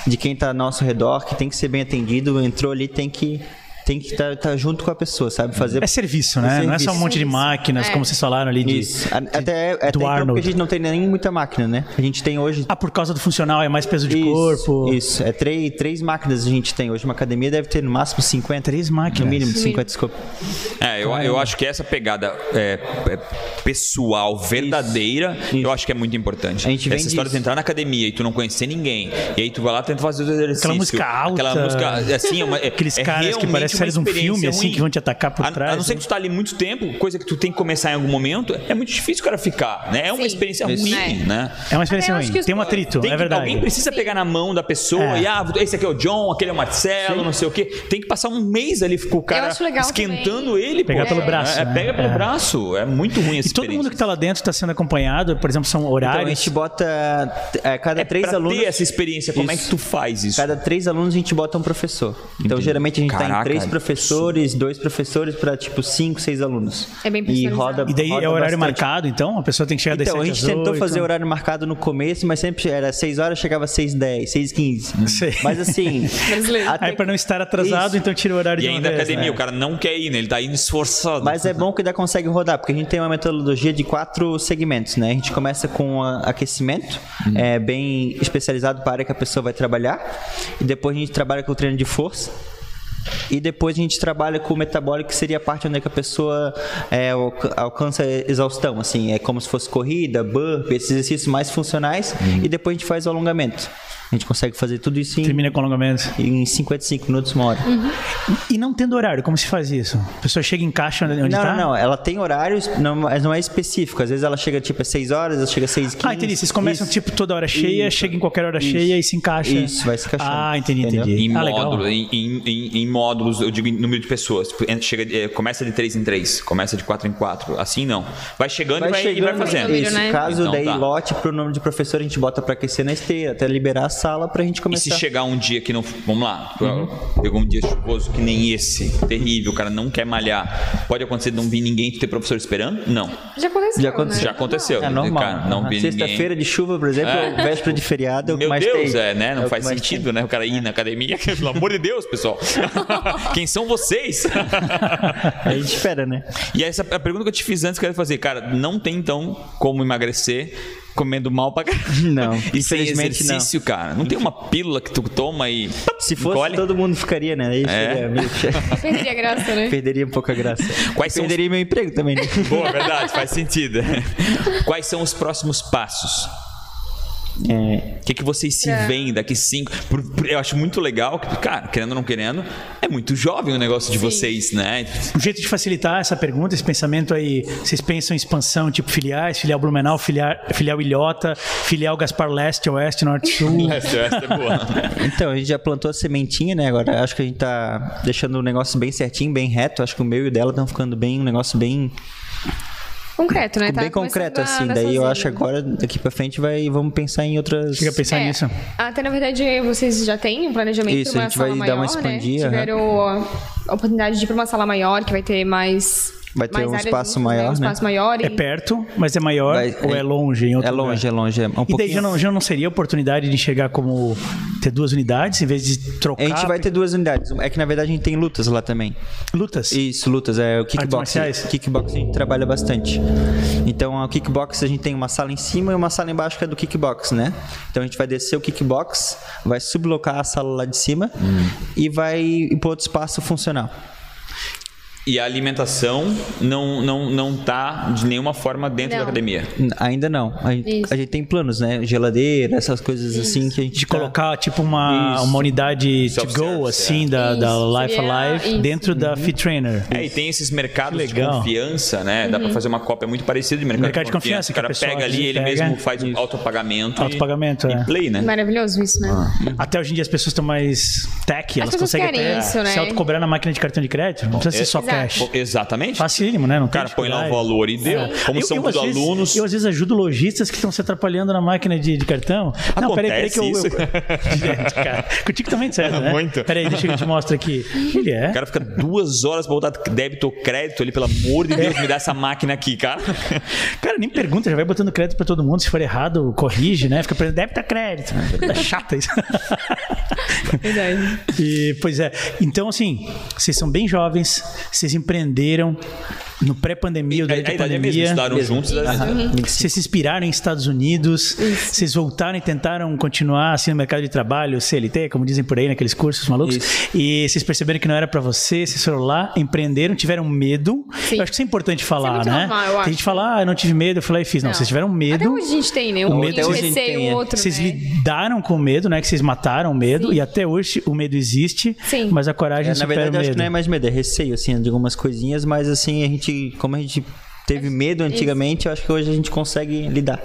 E: de quem está ao nosso redor, que tem que ser bem atendido, entrou ali, tem que tem que estar junto com a pessoa, sabe? Fazer
A: É serviço, né? Não é só um
E: serviço.
A: monte de máquinas,
D: É.
A: como vocês falaram ali de.
E: Isso. A- Até, até
A: do
E: então, porque
A: Arnold.
E: a gente não tem nem muita máquina, né? A gente tem hoje.
A: Ah, por causa do funcional, é mais peso de
E: Isso,
A: corpo.
E: Isso, é três, três máquinas a gente tem hoje. Uma academia deve ter no máximo 50.
A: Três máquinas.
E: No mínimo, Então,
D: Sim.
E: 50, desculpa.
C: É, eu, eu acho que essa pegada é, é, pessoal, verdadeira, eu acho que é muito importante.
E: A gente vende
C: essa história de
E: isso.
C: entrar na academia e tu não conhecer ninguém, e aí tu vai lá tenta fazer os exercícios.
A: música alta,
C: Aquela música, assim, é uma, é,
A: Aqueles
C: é
A: caras que
C: realmente
A: parecem
C: uma
A: saídos de um
C: experiência
A: filme, assim,
C: ruim.
A: que vão te atacar por
C: a,
A: trás,
C: A não ser
A: né?
C: que tu tá ali muito tempo, coisa que tu tem que começar em algum momento, é muito difícil o cara ficar, né? É uma
D: Sim.
C: experiência
D: Isso.
C: ruim,
D: É.
C: né?
A: É uma experiência
D: Até eu
A: ruim.
D: acho que os-
A: Tem um atrito,
C: Tem
A: é
C: que-
A: verdade.
C: Alguém precisa pegar na mão da pessoa
A: É.
C: e, ah, esse aqui é o John, aquele é o Marcelo, não sei o quê. Tem que passar um mês ali com o cara
D: acho legal
C: esquentando
D: também.
C: ele.
A: Pegar
C: pô.
A: pelo
C: É,
A: braço,
C: É,
A: né?
C: pega pelo
A: É.
C: braço. É muito ruim esse
A: E todo mundo que está lá dentro está sendo acompanhado, por exemplo, são
E: Então a
A: horários.
E: gente bota. é, cada
C: é
E: três
C: pra
E: alunos.
C: ter essa experiência, como é
E: Isso.
C: que tu faz isso?
E: Cada três alunos a gente bota um professor. Então, geralmente a gente está
C: Caraca,
E: em três
C: isso.
E: professores, dois professores para tipo cinco, seis alunos.
D: É bem
E: E
D: personalizado.
E: roda
A: e daí
E: roda
A: é horário
E: bastante.
A: marcado, então? A pessoa tem que chegar das
E: Então, a
A: sete
E: gente
A: às
E: tentou
A: oito.
E: fazer horário marcado no começo, mas sempre era 6 horas, chegava 6 10 6 15
A: Sei.
E: Mas assim.
D: Brasileiro.
E: até-
A: Aí, para não estar atrasado,
E: Isso.
A: então tira o horário
C: E
A: de uma
C: ainda a
A: vez,
C: academia,
A: né?
C: o cara não quer ir, né? Ele tá indo esforçado.
E: Mas é bom que ainda consegue rodar, porque a gente tem uma metodologia de quatro segmentos, né? A gente começa com a- aquecimento, é bem especializado para a área que a pessoa vai trabalhar. E depois a gente trabalha com o treino de força. E depois a gente trabalha com o metabólico, que seria a parte onde é que a pessoa é, alca- alcança a exaustão, assim, é como se fosse corrida, burp, esses exercícios mais funcionais. E depois a gente faz o alongamento. A gente consegue fazer tudo isso em,
A: Termina com alongamento.
E: em 55 minutos, uma hora.
A: E não tendo horário, como se faz isso? A pessoa chega em caixa onde
E: Não,
A: tá?
E: não, não. Ela tem horários, não, mas não é específico. Às vezes ela chega tipo às 6 horas, ela chega às 6 15
A: Ah, entendi. Vocês começam
E: Isso.
A: tipo toda hora cheia,
E: Isso.
A: chega em qualquer hora
E: Isso.
A: cheia e se encaixa.
E: Isso, vai se encaixando.
A: Ah, entendi, entendi.
C: Em,
A: ah, legal.
C: módulo, em, em- em- em módulos, eu digo em número de pessoas. Tipo, en- chega, de- eh, começa de 3 em 3, começa de 4 em 4. Assim não. Vai chegando, e, vai, e vai fazendo.
D: Número,
E: Isso,
D: né?
E: caso
C: Então
E: daí
C: tá.
E: lote pro nome de professor, a gente bota pra aquecer na esteira, até liberar a sala pra gente
C: E
E: começar.
C: se chegar um dia que não. Vamos lá.
E: Uhum.
C: Pegou um dia chuvoso que nem esse. Terrível, o cara não quer malhar. Pode acontecer de não vir ninguém, tu ter professor esperando? Não.
D: Já aconteceu.
E: Já aconteceu.
D: Né?
C: Já aconteceu.
E: É normal.
C: Cara, não
E: Aham.
C: vi ninguém.
E: Sexta-feira de chuva, por exemplo,
C: É.
E: ou véspera de feriado, é o que
C: Meu
E: mais
C: Deus,
E: tem.
C: é, né? Não
E: o que
C: faz
E: mais tem.
C: sentido, né? O cara ir na academia, pelo amor de Deus, pessoal. Quem são vocês?
E: A gente espera, né?
C: e essa é a pergunta que eu te fiz antes que eu ia fazer, cara, não tem então como emagrecer comendo mal pra caralho.
E: Não,
C: E sem
E: infelizmente não.
C: exercício, cara. Não tem uma pílula que tu toma e.
E: Se fosse,
C: engole?
E: todo mundo ficaria, né? Aí
C: É.
E: seria meio que-
D: Perdi a graça, né?
E: Perderia um pouco a graça.
C: Quais são os-
E: Perderia meu emprego também, né?
C: Boa, verdade, faz sentido. Quais são os próximos passos?
E: É,
C: O que, que vocês se veem daqui cinco? por- por- eu acho muito legal, que, cara, querendo ou não querendo, é muito jovem o negócio de vocês, né?
A: Um jeito de facilitar essa pergunta, esse pensamento aí, vocês pensam em expansão tipo filiais, filial Blumenau, filial, filial Ilhota, filial Gaspar Leste, Oeste, Norte, Sul.
C: Essa, essa é boa.
E: Então, a gente já plantou a sementinha, né? Agora acho que a gente tá deixando o negócio bem certinho, bem reto. Acho que o meu e o dela estão ficando bem, um negócio bem,
D: Concreto, né? Tá
E: bem concreto,
D: começando a
E: assim.
D: dar
E: Daí eu
D: sozinho.
E: acho agora, daqui pra frente, vai, vamos pensar em outras.
A: Chega a pensar
D: É,
A: nisso.
D: Até na verdade vocês já têm um planejamento
E: Isso,
D: pra uma
E: a gente
D: sala
E: vai dar
D: maior,
E: uma
D: né?
E: expandida,
D: Tiveram a oportunidade de ir pra uma sala maior, que vai ter mais.
E: Vai ter
D: mais
E: um
D: áreas
E: espaço
D: juntas,
E: maior,
D: Um
E: né?
D: espaço maior. e-
A: É perto, mas é maior
E: Vai-
A: ou é, longe em outro
E: É longe, é
A: lugar?
E: longe. É um
A: E daí
E: pouquinho-
A: já não, já não seria a oportunidade de chegar como ter duas unidades em vez de trocar
E: A gente vai ter duas unidades. É que na verdade a gente tem lutas lá também.
A: lutas?
E: Isso, lutas. É o
A: marciais?
E: kickboxing. Kickboxing a gente trabalha bastante. Então, o kickbox a gente tem uma sala em cima e uma sala embaixo que é do kickbox, né? Então a gente vai descer o kickbox, vai sublocar a sala lá de cima e vai ir para outro espaço funcional.
C: E a alimentação não, não, não tá de nenhuma forma dentro
D: Não.
C: da academia.
E: N- Ainda não. A gente,
D: Isso.
E: a gente tem planos, né? Geladeira, essas coisas assim que a gente
A: De
E: tá-
A: colocar, tipo, uma,
E: Isso.
A: uma unidade to
C: Self-service,
A: go,
C: é.
A: assim, da, da
D: Isso,
A: Life
D: seria
A: Alive,
D: isso.
A: dentro
E: Uhum.
A: da Fit Trainer.
C: É, e tem esses mercados
A: Que
C: de
A: legal.
C: confiança, né? Dá pra fazer uma cópia muito parecida de mercado,
A: Mercado de confiança,
C: O
A: que a
C: cara
A: pessoa
C: pega
A: às
C: ali,
A: vezes
C: ele
A: pega.
C: mesmo faz o autopagamento. e-
A: Autopagamento,
C: e,
A: é.
C: play, né?
D: Maravilhoso isso, né?
E: Ah.
A: Até hoje em dia as pessoas estão mais tech, elas
D: pessoas
A: conseguem
D: querem
A: até
D: isso, né?
A: se autocobrar na máquina de cartão de crédito. Não precisa ser só
D: Exato.
A: cash.
C: Pô, Exatamente.
A: Facílimo, né? Não
C: O É. cara põe lá o valor e deu. Como são os
A: às vezes-
C: alunos.
A: É. eu às vezes ajudo lojistas que estão se atrapalhando na máquina de, de cartão. não, peraí, peraí que eu.
C: Acontece
A: eu... Gente, cara, contigo também serve, né?
C: Muito.
A: Peraí, deixa que eu te mostro aqui. Ele é.
C: O cara fica duas horas pra botar débito ou crédito ali, pelo amor de Deus, me dá essa máquina aqui, cara.
A: Cara, nem pergunta, já vai botando crédito pra todo mundo. Se for errado, corrige, né? Fica perdendo débito a crédito. Tá chata isso.
D: Verdade.
A: E, pois é. Então, assim, vocês são bem jovens, vocês empreenderam no pré-pandemia,
C: A, a
A: durante a,
C: idade é mesmo,
A: pandemia.
C: estudaram juntos. né?
E: Uhum.
A: vocês se inspiraram em Estados Unidos, vocês voltaram e tentaram continuar assim no mercado de trabalho, CLT, como dizem por aí naqueles cursos malucos. E vocês perceberam que não era pra você, vocês foram lá, empreenderam, tiveram medo.
D: Sim.
A: Eu acho que isso é importante falar,
D: muito
A: né?
D: normal, eu
A: Tem
D: acho.
A: gente que fala, ah, eu não tive medo, eu falei, fiz. Não,
D: Não.
A: vocês tiveram medo.
D: Até hoje a gente tem, né?
A: O
D: Um
A: medo-
D: medo,
A: até hoje a
E: gente
D: receio,
E: tem, é.
D: o outro,
A: Vocês
D: né?
A: lidaram com o medo, né? Que vocês mataram o medo e até hoje o medo existe,
D: Sim.
A: mas a coragem
E: É, na
A: supera
E: verdade,
A: o
E: eu acho
A: medo.
E: que não é mais medo, é receio, assim, de algumas coisinhas, mas assim, a gente, como a gente teve medo antigamente, eu acho que hoje a gente consegue lidar.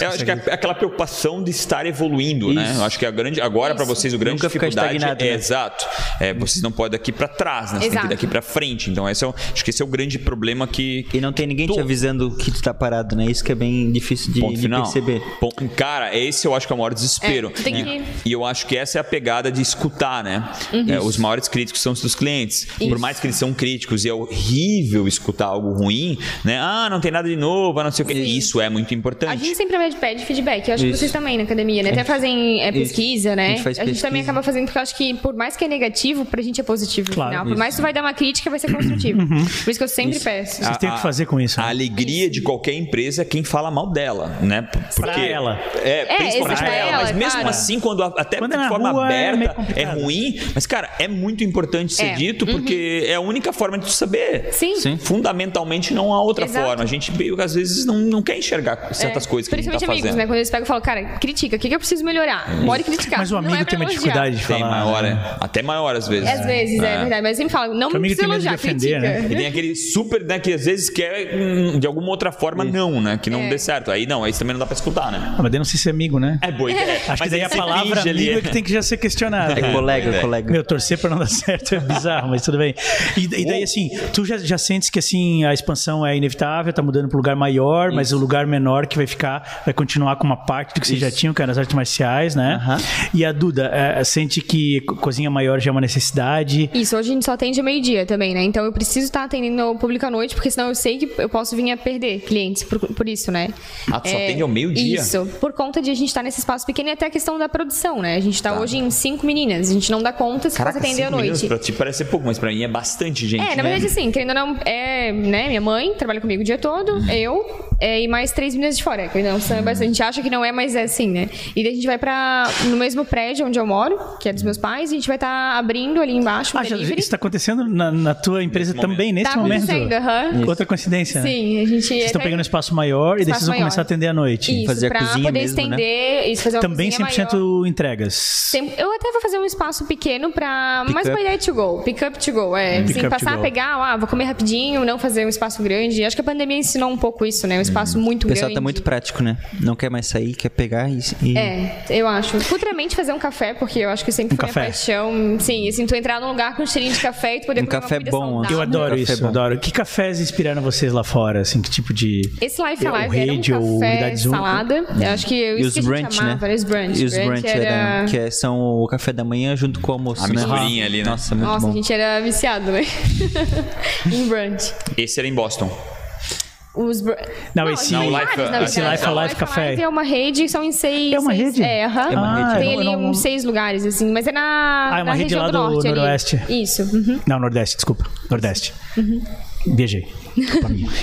C: Eu acho que é aquela preocupação de estar evoluindo, né?
E: Isso.
C: Eu acho que a grande agora para vocês o grande
E: Nunca ficar
C: dificuldade
E: estagnado,
C: é
E: né?
C: exato. É, vocês não podem daqui para trás, né? Vocês têm que ir
D: Exato.
C: daqui para frente. Então esse é o, acho que esse é o grande problema que
E: E não tem ninguém te
C: Tô.
E: avisando que tu tá parado, né? Isso que é bem difícil de,
C: Ponto
E: de
C: final.
E: perceber.
C: Pon- Cara, esse eu acho que é o maior desespero.
D: É, tu tem
C: E-
D: que-
C: E eu acho que essa é a pegada de escutar, né?
D: Uhum.
C: É, os maiores críticos são os dos clientes. Por mais que eles são críticos e é horrível escutar algo ruim, né? Ah, não tem nada de novo, ah, não sei o quê. Isso é muito importante.
D: A gente sempre pede feedback, eu acho que
E: Isso.
D: vocês também na academia, né? Até fazem é,
E: Isso.
D: pesquisa, né?
E: A gente faz
D: também
E: pesquisa.
D: acaba fazendo, porque eu acho que por mais que é negativo, pra gente é positivo
A: Claro. Uhum.
D: no final. Por mais que tu vai dar uma crítica, vai ser construtivo. Por isso que eu sempre peço.
A: Vocês têm o que fazer com isso.
C: A
A: né?
C: alegria de qualquer empresa é quem fala mal dela, né? P- Porque
A: Pra ela.
C: É,
D: É,
C: principalmente
D: exato,
C: pra
D: pra
C: ela.
D: ela,
C: Mas mesmo
D: claro.
C: assim, quando a- até
A: Quando é
C: de
A: na
C: forma
A: rua, é meio
C: aberta é,
A: complicado.
C: ruim, mas cara, é muito importante ser
D: É.
C: dito porque é a única forma de tu saber.
D: Sim. Sim.
C: Fundamentalmente não há outra
D: Exato. É.
C: forma. A gente meio que, às vezes não, não quer enxergar certas coisas que a gente tá
D: Principalmente amigos,
C: fazendo.
D: né? Quando eles pegam e falam, cara, critica, o que, que eu preciso melhorar? Pode criticar.
A: Mas o amigo
D: não é pra
A: tem uma
D: elogiar.
A: dificuldade de
C: Tem
A: falar.
C: maior,
A: né?
C: é. até maior às vezes.
D: Às vezes, é,
C: É.
D: verdade. Mas sempre falam, não
A: O amigo
D: precisa
A: tem medo de
D: elogiar,
A: ofender,
D: critica.
A: né?
C: E tem aquele super, né, que às vezes quer hum, de alguma outra forma, não, né? Que não
D: É.
C: dê certo. Aí não, aí isso também não dá pra escutar, né?
A: Ah, mas daí não sei se é amigo, né?
C: É boa ideia.
A: Acho que
C: Mas
A: daí a
C: esse
A: palavra
C: cringe ali
A: amigo é que tem que já ser questionada.
E: É colega,
C: é.
E: colega.
A: Meu, torcer pra não dar certo é bizarro, mas tudo bem. E, e daí, assim, tu já, já sentes que assim, a expansão é inevitável, tá mudando pra um lugar maior, mas o lugar menor que vai ficar, vai continuar com uma parte do que vocês já tinham, que era as artes marciais, né?
E: Aham.
A: E a Duda, é, sente que co- cozinha maior já é uma necessidade.
D: Isso, hoje a gente só atende meio-dia também, né? Então eu preciso estar atendendo ao público à noite, porque senão eu sei que eu posso vir a perder clientes por, por isso, né?
C: Ah, tu só atende ao meio-dia?
D: Isso, por conta de a gente estar nesse espaço pequeno e até a questão da produção, né? A gente tá, hoje em cinco meninas, a gente não dá conta se
C: Caraca,
D: fosse atender à
C: cinco minutos
D: noite.
C: Pra ti parece pouco, mas pra mim é bastante gente.
D: É,
C: né?
D: na verdade, assim, querendo ou não, é, né, minha mãe trabalha comigo o dia todo,
C: Uhum.
D: eu é, e mais três meninas de fora. Querendo ou não, são bastante- a gente acha que não é, mas é assim, né? E daí a gente vai pra, no mesmo prédio onde eu moro, que é dos meus pais, e a gente vai estar abrindo ali embaixo um
A: Ah, já, isso
D: delivery.
A: está acontecendo na, na tua empresa
C: Nesse
A: também, nesse
D: Tá
A: momento.
D: acontecendo, aham.
A: Outra coincidência, né?
D: Sim, a gente...
A: Vocês estão
D: tá-
A: pegando um espaço maior e daí
D: Espaço
A: vocês vão
D: maior.
A: começar a atender à noite.
D: Isso,
E: fazer a
D: pra
E: cozinha
D: poder
E: mesmo, né?
D: estender, isso, fazer uma
A: Também
D: cozinha
A: 100%
D: maior.
A: entregas.
D: Tem- Eu até vou fazer um espaço pequeno pra
E: Pick
D: mais uma
E: up.
D: ideia to go, pick up to go, é,
A: Hum. Pick
D: assim,
A: up to
D: passar,
A: go.
D: pegar, ah, vou comer rapidinho, não fazer um espaço grande. Acho que a pandemia ensinou um pouco isso, né? Um espaço muito
E: O pessoal
D: grande.
E: tá muito prático, né? Não quer mais sair, quer pegar e. e-
D: É, eu acho. Futuramente fazer um café, porque eu acho que sempre
A: Um
D: foi minha
A: café.
D: paixão. Sim, assim, tu entrar num lugar com um cheirinho de café e tu poder
E: Um
D: comer
E: café
D: uma comida
E: bom,
D: saudável.
A: Eu adoro
E: Café
A: isso,
E: bom.
A: adoro. Que cafés inspiraram vocês lá fora? Assim, que tipo de.
D: Esse Life
E: É
A: Eu-
D: Alive era um
A: rede ou
D: café,
A: unidade Zoom.
D: salada. Eu acho que eu
E: Uhum. E os
D: isso que a gente
E: brunch, né?
D: chamava, era os brunch.
E: E os brunch,
D: era...
E: era... que é- são o café da manhã junto com o almoço,
C: A
E: né?
C: misturinha ali, né?
E: Nossa, muito
D: Nossa,
E: bom.
D: a gente era viciado, né? em brunch.
C: Esse era em Boston.
D: Os br...
A: Não, esse-
D: tem
C: Não, o
D: vários,
C: Life-
D: na
C: esse
D: verdade.
A: Life Alive
D: O
A: Café.
D: É uma rede, são em seis.
A: É uma
D: seis-
A: rede?
D: É, aham.
E: É uma rede.
D: Tem
A: Eu
D: ali
A: não-
D: uns seis lugares, assim, mas é na,
A: Ah, é uma
D: na
A: rede
D: região
A: lá do
D: norte. ali.
A: noroeste.
D: Isso. uhum.
A: Não, Nordeste, desculpa. Nordeste. Viajei.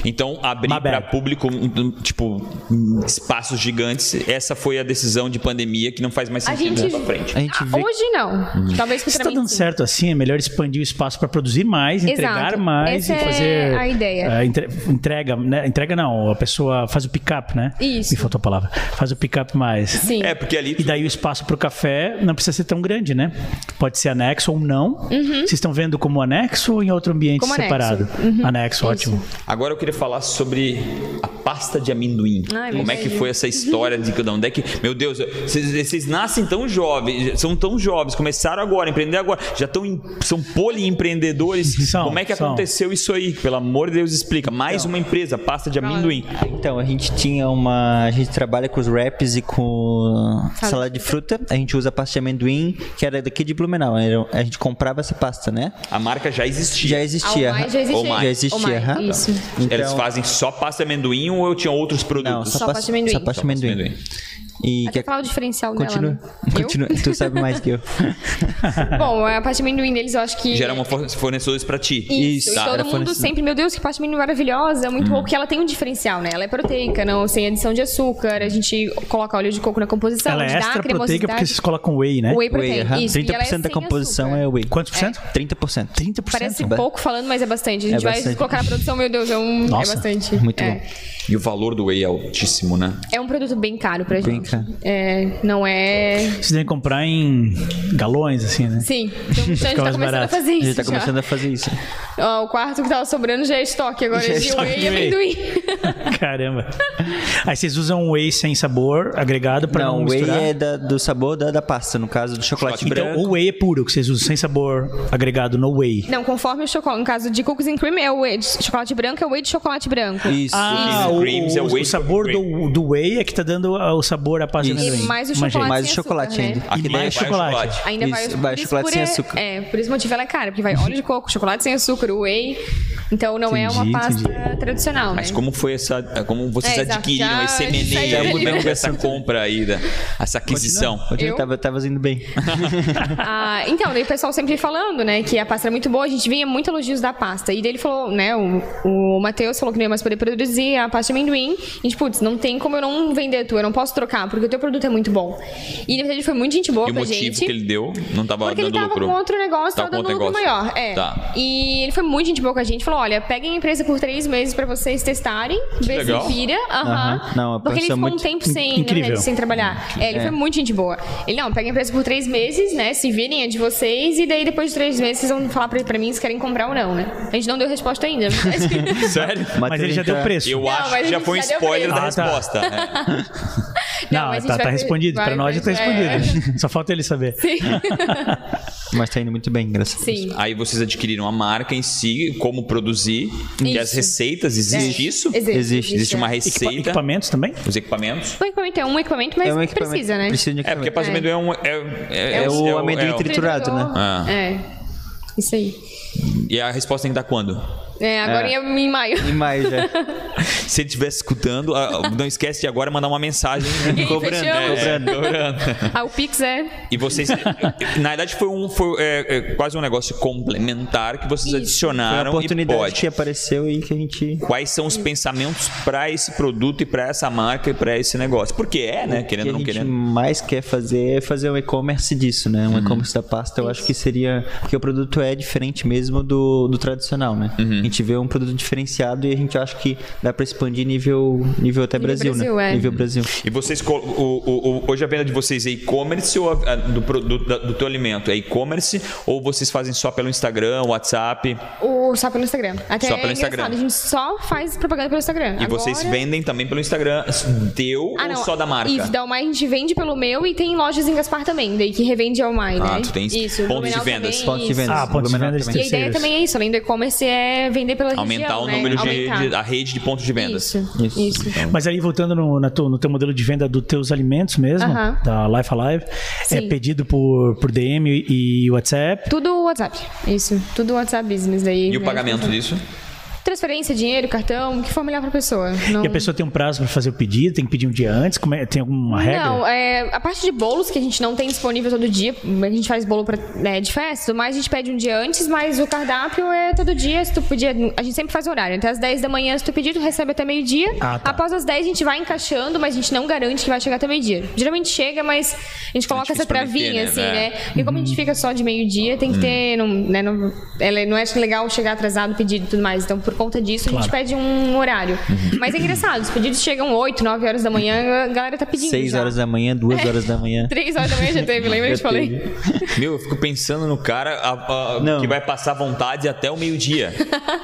C: Então, abrir
A: My bad.
C: para público, um, um, tipo, um, espaços gigantes, essa foi a decisão de pandemia que não faz mais
D: A
C: sentido
D: gente-
C: lá pra frente.
E: A gente vê
D: Ah,
E: Uhum.
D: Hoje não. Talvez
A: Se tá
D: futuramente
A: dando
D: sim.
A: certo assim, é melhor expandir o espaço para produzir mais,
D: Exato.
A: entregar mais
D: Essa
A: e
D: é
A: fazer.
D: a ideia.
A: eh, entre- entrega, né? Entrega não, a pessoa faz o pick-up, né?
D: Isso.
A: Me faltou a palavra. Faz o pick-up mais.
D: Sim.
C: É, porque ali.
A: E daí o espaço para o café não precisa ser tão grande, né? Pode ser anexo ou não. Vocês estão vendo como anexo ou em outro ambiente
D: Uhum. Como anexo. Uhum.
A: separado? Anexo, ótimo.
C: Agora eu queria falar sobre a pasta de amendoim.
D: Ai,
C: Como é
D: verdade.
C: que foi essa história de cada um? Onde é que, meu Deus, vocês, vocês nascem tão jovens, são tão jovens, começaram agora, empreender agora, já estão em- são poliempreendedores.
A: São,
C: Como é que
A: são.
C: aconteceu isso aí? Pelo amor de Deus, explica. Mais uma empresa, pasta de amendoim.
E: Então, a gente tinha uma. A gente trabalha com os wraps e com
D: Salada
E: salada de fruta. A gente usa a pasta de amendoim, que era daqui de Blumenau. Era- A gente comprava essa pasta, né?
C: A marca já existia.
E: Já existia.
D: Ao Ah, mais já existia.
C: Ou mais.
E: Já existia,
D: Ou mais,
E: aham.
D: isso.
C: Eles
E: Então,
C: fazem só pasta de amendoim ou eu tinha outros
E: não,
C: produtos?
E: só,
D: Só
E: pasta,
D: pasta de amendoim.
E: Só pasta
C: Só
E: de
C: pasta de
E: amendoim.
C: amendoim.
E: E
D: Até falar o diferencial
E: continua,
D: dela. né? Eu?
E: continua. Tu sabe mais que eu.
D: Bom, a parte de amendoim deles eu acho que.
C: Geram uma forne- fornecedores pra ti.
D: Isso,
E: Isso,
D: e
E: tá.
D: todo
E: Era
D: mundo
E: fornecido.
D: sempre, meu Deus, que pasta de amendoim maravilhosa, muito
A: Hum.
D: boa, porque ela tem um diferencial, né? Ela é proteica, não, sem adição de açúcar, a gente coloca óleo de coco na composição,
A: Ela é
D: dá a
A: extra proteica porque
D: cremosidade.
A: vocês colocam whey, né?
D: Whey protein,
E: Whey, aham.
D: isso.
E: 30%
D: e ela é
E: da
D: sem
E: composição
D: açúcar.
E: é whey.
A: Quantos por cento?
E: 30%.
A: 30%.
D: Parece
E: Ba-
D: pouco falando, mas é bastante. A gente
E: É
D: vai
E: bastante.
D: colocar na produção, meu Deus, é, um,
A: Nossa,
D: é bastante.
E: muito
D: é.
E: bom.
C: E o valor do whey é altíssimo, né?
D: É um produto bem caro pra
E: Bem
D: gente.
E: caro.
D: É, não é.
A: Vocês devem comprar em galões, assim, né?
D: Sim, então, a gente tá
A: Ficava mais
D: começando a
A: barato.
D: fazer
E: A
D: isso.
E: gente tá
D: já.
E: começando a fazer isso.
D: Ó, o quarto que tava sobrando já é estoque agora
A: Já é
D: de
A: estoque
D: whey
A: de
D: e
A: whey.
D: amendoim.
A: Caramba. Aí vocês usam um whey sem sabor agregado para não,
E: Não, o whey
A: misturar.
E: é da- do sabor da, da pasta, no caso do chocolate
A: Então,
E: branco.
A: o whey é puro, que vocês usam sem sabor agregado no whey.
D: Não, conforme o chocolate. No caso de cookies and cream, é o whey de chocolate branco, é o whey de chocolate branco.
E: Isso.
A: Ah, o,
C: Creams é
A: o-
C: whey
A: o sabor
C: cream.
A: do, do whey é que tá dando ah, o sabor à pasta de
E: Isso.
D: E
A: amendoim.
D: mais o
A: Imagina.
D: chocolate.
E: mais o
D: sem
E: chocolate
D: açúcar, né?
E: ainda.
C: Aqui
A: E
C: dentro
A: mais
C: vai o
A: chocolate.
D: Ainda vai,
E: Isso,
D: o-
E: vai
D: por isso-
E: chocolate
D: por
E: sem
D: é-
E: açúcar.
D: É, por esse motivo ela é cara, porque vai óleo de coco, chocolate sem açúcar, whey. Então não é uma
A: Entendi,
D: pasta
A: entendi.
D: tradicional,
C: Mas
D: né?
C: como foi essa. Como vocês
D: É, exato.
C: adquiriram
D: Já-
C: esse
D: já
C: MNE?
D: saiu
C: Já
D: ali,
C: mudou
D: né?
C: essa compra aí, da- essa aquisição.
E: Continua,
D: Eu?
E: Tava, tava indo bem.
D: Ah, então, daí o pessoal sempre falando, né, que a pasta era muito boa, a gente vinha muito elogios da pasta. E daí ele falou, né, o, o Matheus falou que não ia mais poder produzir a pasta de amendoim. E a gente, putz, não tem como eu não vender a tua, eu não posso trocar, porque o teu produto é muito bom. E na verdade ele foi muito gente boa
C: E o
D: pra
C: motivo
D: gente.
C: que ele deu não tava
D: Porque ele
C: dando
D: tava
C: lucro.
D: com outro negócio,
C: Tava
D: tava,
C: com
D: dando
C: outro
D: lucro
C: negócio.
D: maior. É.
C: Tá.
D: E ele foi muito gente boa com a gente. Falou: olha, peguem a empresa por três meses pra vocês testarem, ver
C: legal.
D: se vira. Aham.
E: Aham.
A: é
E: Não, a
D: Porque ele
E: pessoa
D: ficou um
E: muito
D: tempo sem,
A: incrível.
D: na verdade, sem trabalhar. É, ele foi muito gente boa. Ele, não, pega a empresa por três meses, né? Se virem é de vocês, e daí depois de três meses vocês vão falar pra, pra mim se querem comprar ou não, né? A gente não deu resposta ainda. mas-
C: Sério?
A: Mas ele já deu
E: é
A: preço.
C: Eu
D: Não,
C: acho
D: mas
C: que já
D: ele
C: foi um
D: já deu
C: spoiler
D: preço.
C: da
A: Ah, tá.
C: resposta. né?
A: Não,
D: mas a gente
A: tá,
D: vai
A: tá
D: ver-
A: respondido.
D: vai-
A: Pra nós já tá
D: vai- é.
A: respondido. Só falta ele saber.
E: Mas tá indo muito bem, graças a Deus.
D: Sim.
C: Aí vocês adquiriram a marca em si, como produzir, e
D: Isso.
C: as receitas, existe
D: É.
C: isso?
E: Existe.
C: Existe uma
D: é.
A: Equipa-
C: receita,
A: Equipamentos também?
C: os equipamentos.
D: O equipamento é um equipamento, mas
E: um equipamento-
D: precisa, né?
E: Precisa de
C: É, porque a
E: equipamento.
C: pasta de
D: É.
C: amendoim é um. É,
E: É o amendoim
C: o-
E: triturado, né?
C: Ah.
D: É. Isso aí.
C: E a resposta tem que dar quando?
D: É, agora
E: É.
D: Em, em maio.
E: E mais, já.
C: Se ele estiver escutando, ah, não esquece de agora mandar uma mensagem. né?
E: cobrando,
D: fechou?
E: cobrando.
C: é,
D: Ah, o Pix é.
C: E vocês, na verdade, foi um, foi é, é, quase um negócio complementar que vocês
D: Isso.
E: Foi uma
C: adicionaram e
E: oportunidade
C: pode.
E: que apareceu e que a gente.
C: Quais são os pensamentos para esse produto e para essa marca e para esse negócio? Porque é, né?
E: que
C: Querendo
E: a
C: ou não
E: gente
C: querendo. Uhum.
E: mais quer fazer é fazer um e-commerce disso, né? Um e-commerce da pasta, eu acho que seria. Porque o produto é diferente mesmo do, do tradicional, né?
C: Uhum.
E: A gente vê um produto diferenciado e a gente acha que dá pra expandir nível, nível até Brasil,
D: Brasil,
E: né?
D: é.
E: Nível Brasil.
C: E vocês, co- o- o- o- hoje a venda de vocês é e-commerce ou a- a- do produto da- do teu alimento é e-commerce ou vocês fazem só pelo Instagram, WhatsApp?
D: O, só pelo Instagram. Até
C: Só pelo
D: é engraçado,
C: Instagram.
D: A gente só faz propaganda pelo Instagram. Ah,
C: E vocês vendem também pelo Instagram teu
E: Ah,
C: ou só da marca?
D: Isso, da Almai a gente vende pelo meu e tem lojas em Gaspar também, daí que revende a Almai,
C: Ah,
D: né?
C: tu tem
D: isso.
C: pontos
D: Blumenau
C: de vendas.
D: também,
E: Pontos de
D: isso.
E: vendas.
A: Ah, pontos de
E: Blumenau
A: vendas
E: também.
D: E a ideia
A: terceiros.
D: também é isso, além do e-commerce, é vender pela
C: Aumentar
D: região,
C: o
D: né?
C: número de,
D: Aumentar.
C: de- a rede de pontos de vendas.
D: Isso,
E: Isso.
D: isso.
A: Mas aí, voltando no, na tua- no teu modelo de venda dos teus alimentos mesmo,
D: Aham.
A: da Life Alive, é
D: Sim.
A: pedido por, por DM e WhatsApp.
D: Tudo WhatsApp. Isso. Tudo WhatsApp Business daí.
C: E o
D: né?
C: pagamento disso?
D: Tran- transferência, dinheiro, cartão, o que for melhor pra pessoa. Não...
A: E a pessoa tem um prazo pra fazer o pedido? Tem que pedir um dia antes? Como é- tem alguma regra?
D: Não, é, a parte de bolos que a gente não tem disponível todo dia, a gente faz bolo pra, né, de festa, e tudo mais a gente pede um dia antes, mas o cardápio é todo dia, se tu pedir, a gente sempre faz horário, até as 10 da manhã, se tu pedir, tu recebe até meio-dia.
A: Ah, tá.
D: Após as 10 a gente vai encaixando, mas a gente não garante que vai chegar até meio-dia. Geralmente chega, mas a gente coloca essa
C: É difícil prometer,
D: travinha,
C: né?
D: assim,
C: É.
D: né? Porque como a gente fica só de meio-dia, tem que ter, não, né, não, ela- não é legal chegar atrasado, pedido e tudo mais, então por conta disso a gente pede um horário. Mas é engraçado, os pedidos chegam 8, 9 horas da manhã, a galera tá pedindo
E: 6
D: já. É.
E: horas da manhã, 2 horas da manhã.
D: Três horas da manhã já teve, lembra que eu te falei?
C: Meu, eu fico pensando no cara a- a-
E: Não.
C: que vai passar vontade até o meio-dia.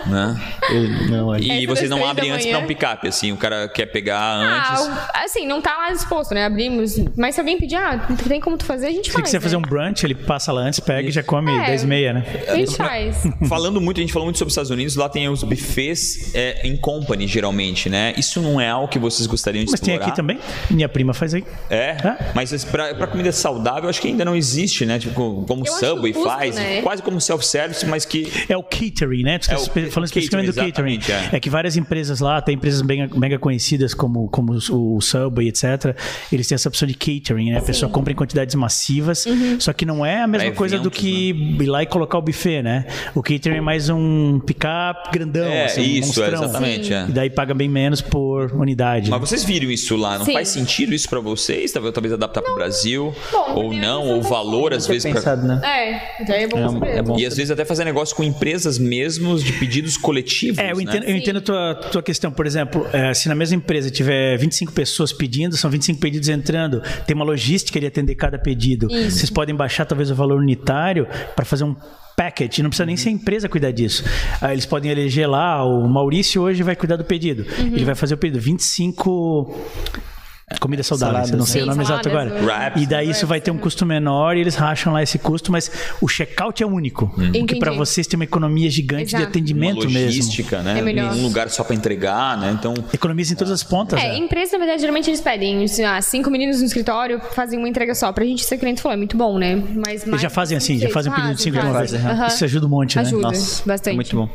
C: né?
E: Eu- não, é. olha.
C: E
D: Essa
C: vocês
D: das
C: não
D: três
C: abrem
D: da
C: antes
D: manhã.
C: pra um picape, assim. O cara quer pegar antes.
D: Ah, o- assim, não tá lá disposto, né? Abrimos. Mas se alguém pedir, ah, não tem como tu fazer, a gente
A: Se
D: faz.
A: quiser
D: né?
A: fazer um brunch, ele passa lá antes, pega e já come
D: É.
A: 10 e meia, né?
D: A gente faz.
C: Falando muito, a gente falou muito sobre os Estados Unidos, lá tem os buffets é, em company, geralmente, né? Isso não é algo que vocês gostariam de
A: Mas tem
C: explorar?
A: aqui também. Minha prima faz aí.
C: É,
A: É.
C: mas esse- pra, pra comida saudável, acho que ainda não existe, né? Tipo, como
D: Eu acho
C: Subway
D: que o custo,
C: faz,
D: né?
C: quase como self-service, mas que
A: É o catering, né? Tu tá
C: É o
A: espe- falando
C: catering,
A: especificamente do catering.
C: exatamente, é.
A: É. que várias empresas lá, tem empresas bem, mega conhecidas como, como os- o Subway, etc. Eles têm essa opção de catering, né? A pessoa compra em quantidades massivas, só que não é a mesma
C: Pra
A: coisa do
C: eventos, né?
A: que ir lá e colocar o buffet, né? O catering é mais um pick-up grandão,
C: É,
A: assim, um
C: isso, é,
A: monstrão.
C: exatamente, é.
A: E daí paga bem menos por unidade. né?
C: Mas vocês viram isso lá, não
D: Sim.
C: faz sentido isso pra vocês? Talvez, talvez adaptar pro Brasil,
D: Bom,
C: ou
D: tem
C: não,
D: essa
C: ou valor às vezes pra...
E: Pensado, né?
D: É, então é bom saber.
E: é bom.
C: E às vezes até fazer negócio com empresas mesmos de pedidos coletivos,
A: É, eu
C: né?
A: entendo, eu entendo a tua, tua questão. Por exemplo, eh, se na mesma empresa tiver 25 pessoas pedindo, são 25 pedidos entrando, tem uma logística de atender cada pedido. Vocês podem baixar talvez o valor unitário para fazer um package. Não precisa
C: Uhum.
A: nem ser a empresa cuidar disso. Ah, eles podem eleger lá, "Ah, o Maurício hoje vai cuidar do pedido.
D: Uhum.
A: Ele vai fazer o pedido. 25 comidas saudáveis,
E: Saladas,
A: eu é, não sei
D: né?
A: o nome
D: Sim,
A: exato
D: saladas,
A: agora.
D: né?
C: Wraps.
A: E daí isso vai ter um custo menor e eles racham lá esse custo, mas o checkout é único. Porque
D: Hum. Entendi.
A: para vocês tem uma economia gigante
D: Exato.
A: de
C: Uma
A: atendimento mesmo.
C: logística, né?
D: É melhor.
C: Um lugar só pra entregar, né? Então,
A: Economiza em todas as pontas.
D: É,
A: né?
D: empresa, na verdade, geralmente eles pedem assim, ah, cinco meninos no escritório, fazem uma entrega só. Pra gente ser cliente falou, é muito bom, né? Mas
A: Eles
D: mais
A: já fazem assim, já
D: vocês
A: fazem um pedido de cinco de uma vez.
D: fazem, aham.
A: Isso ajuda um monte, né?
D: Ajuda,
E: Nossa,
D: bastante.
E: É muito bom.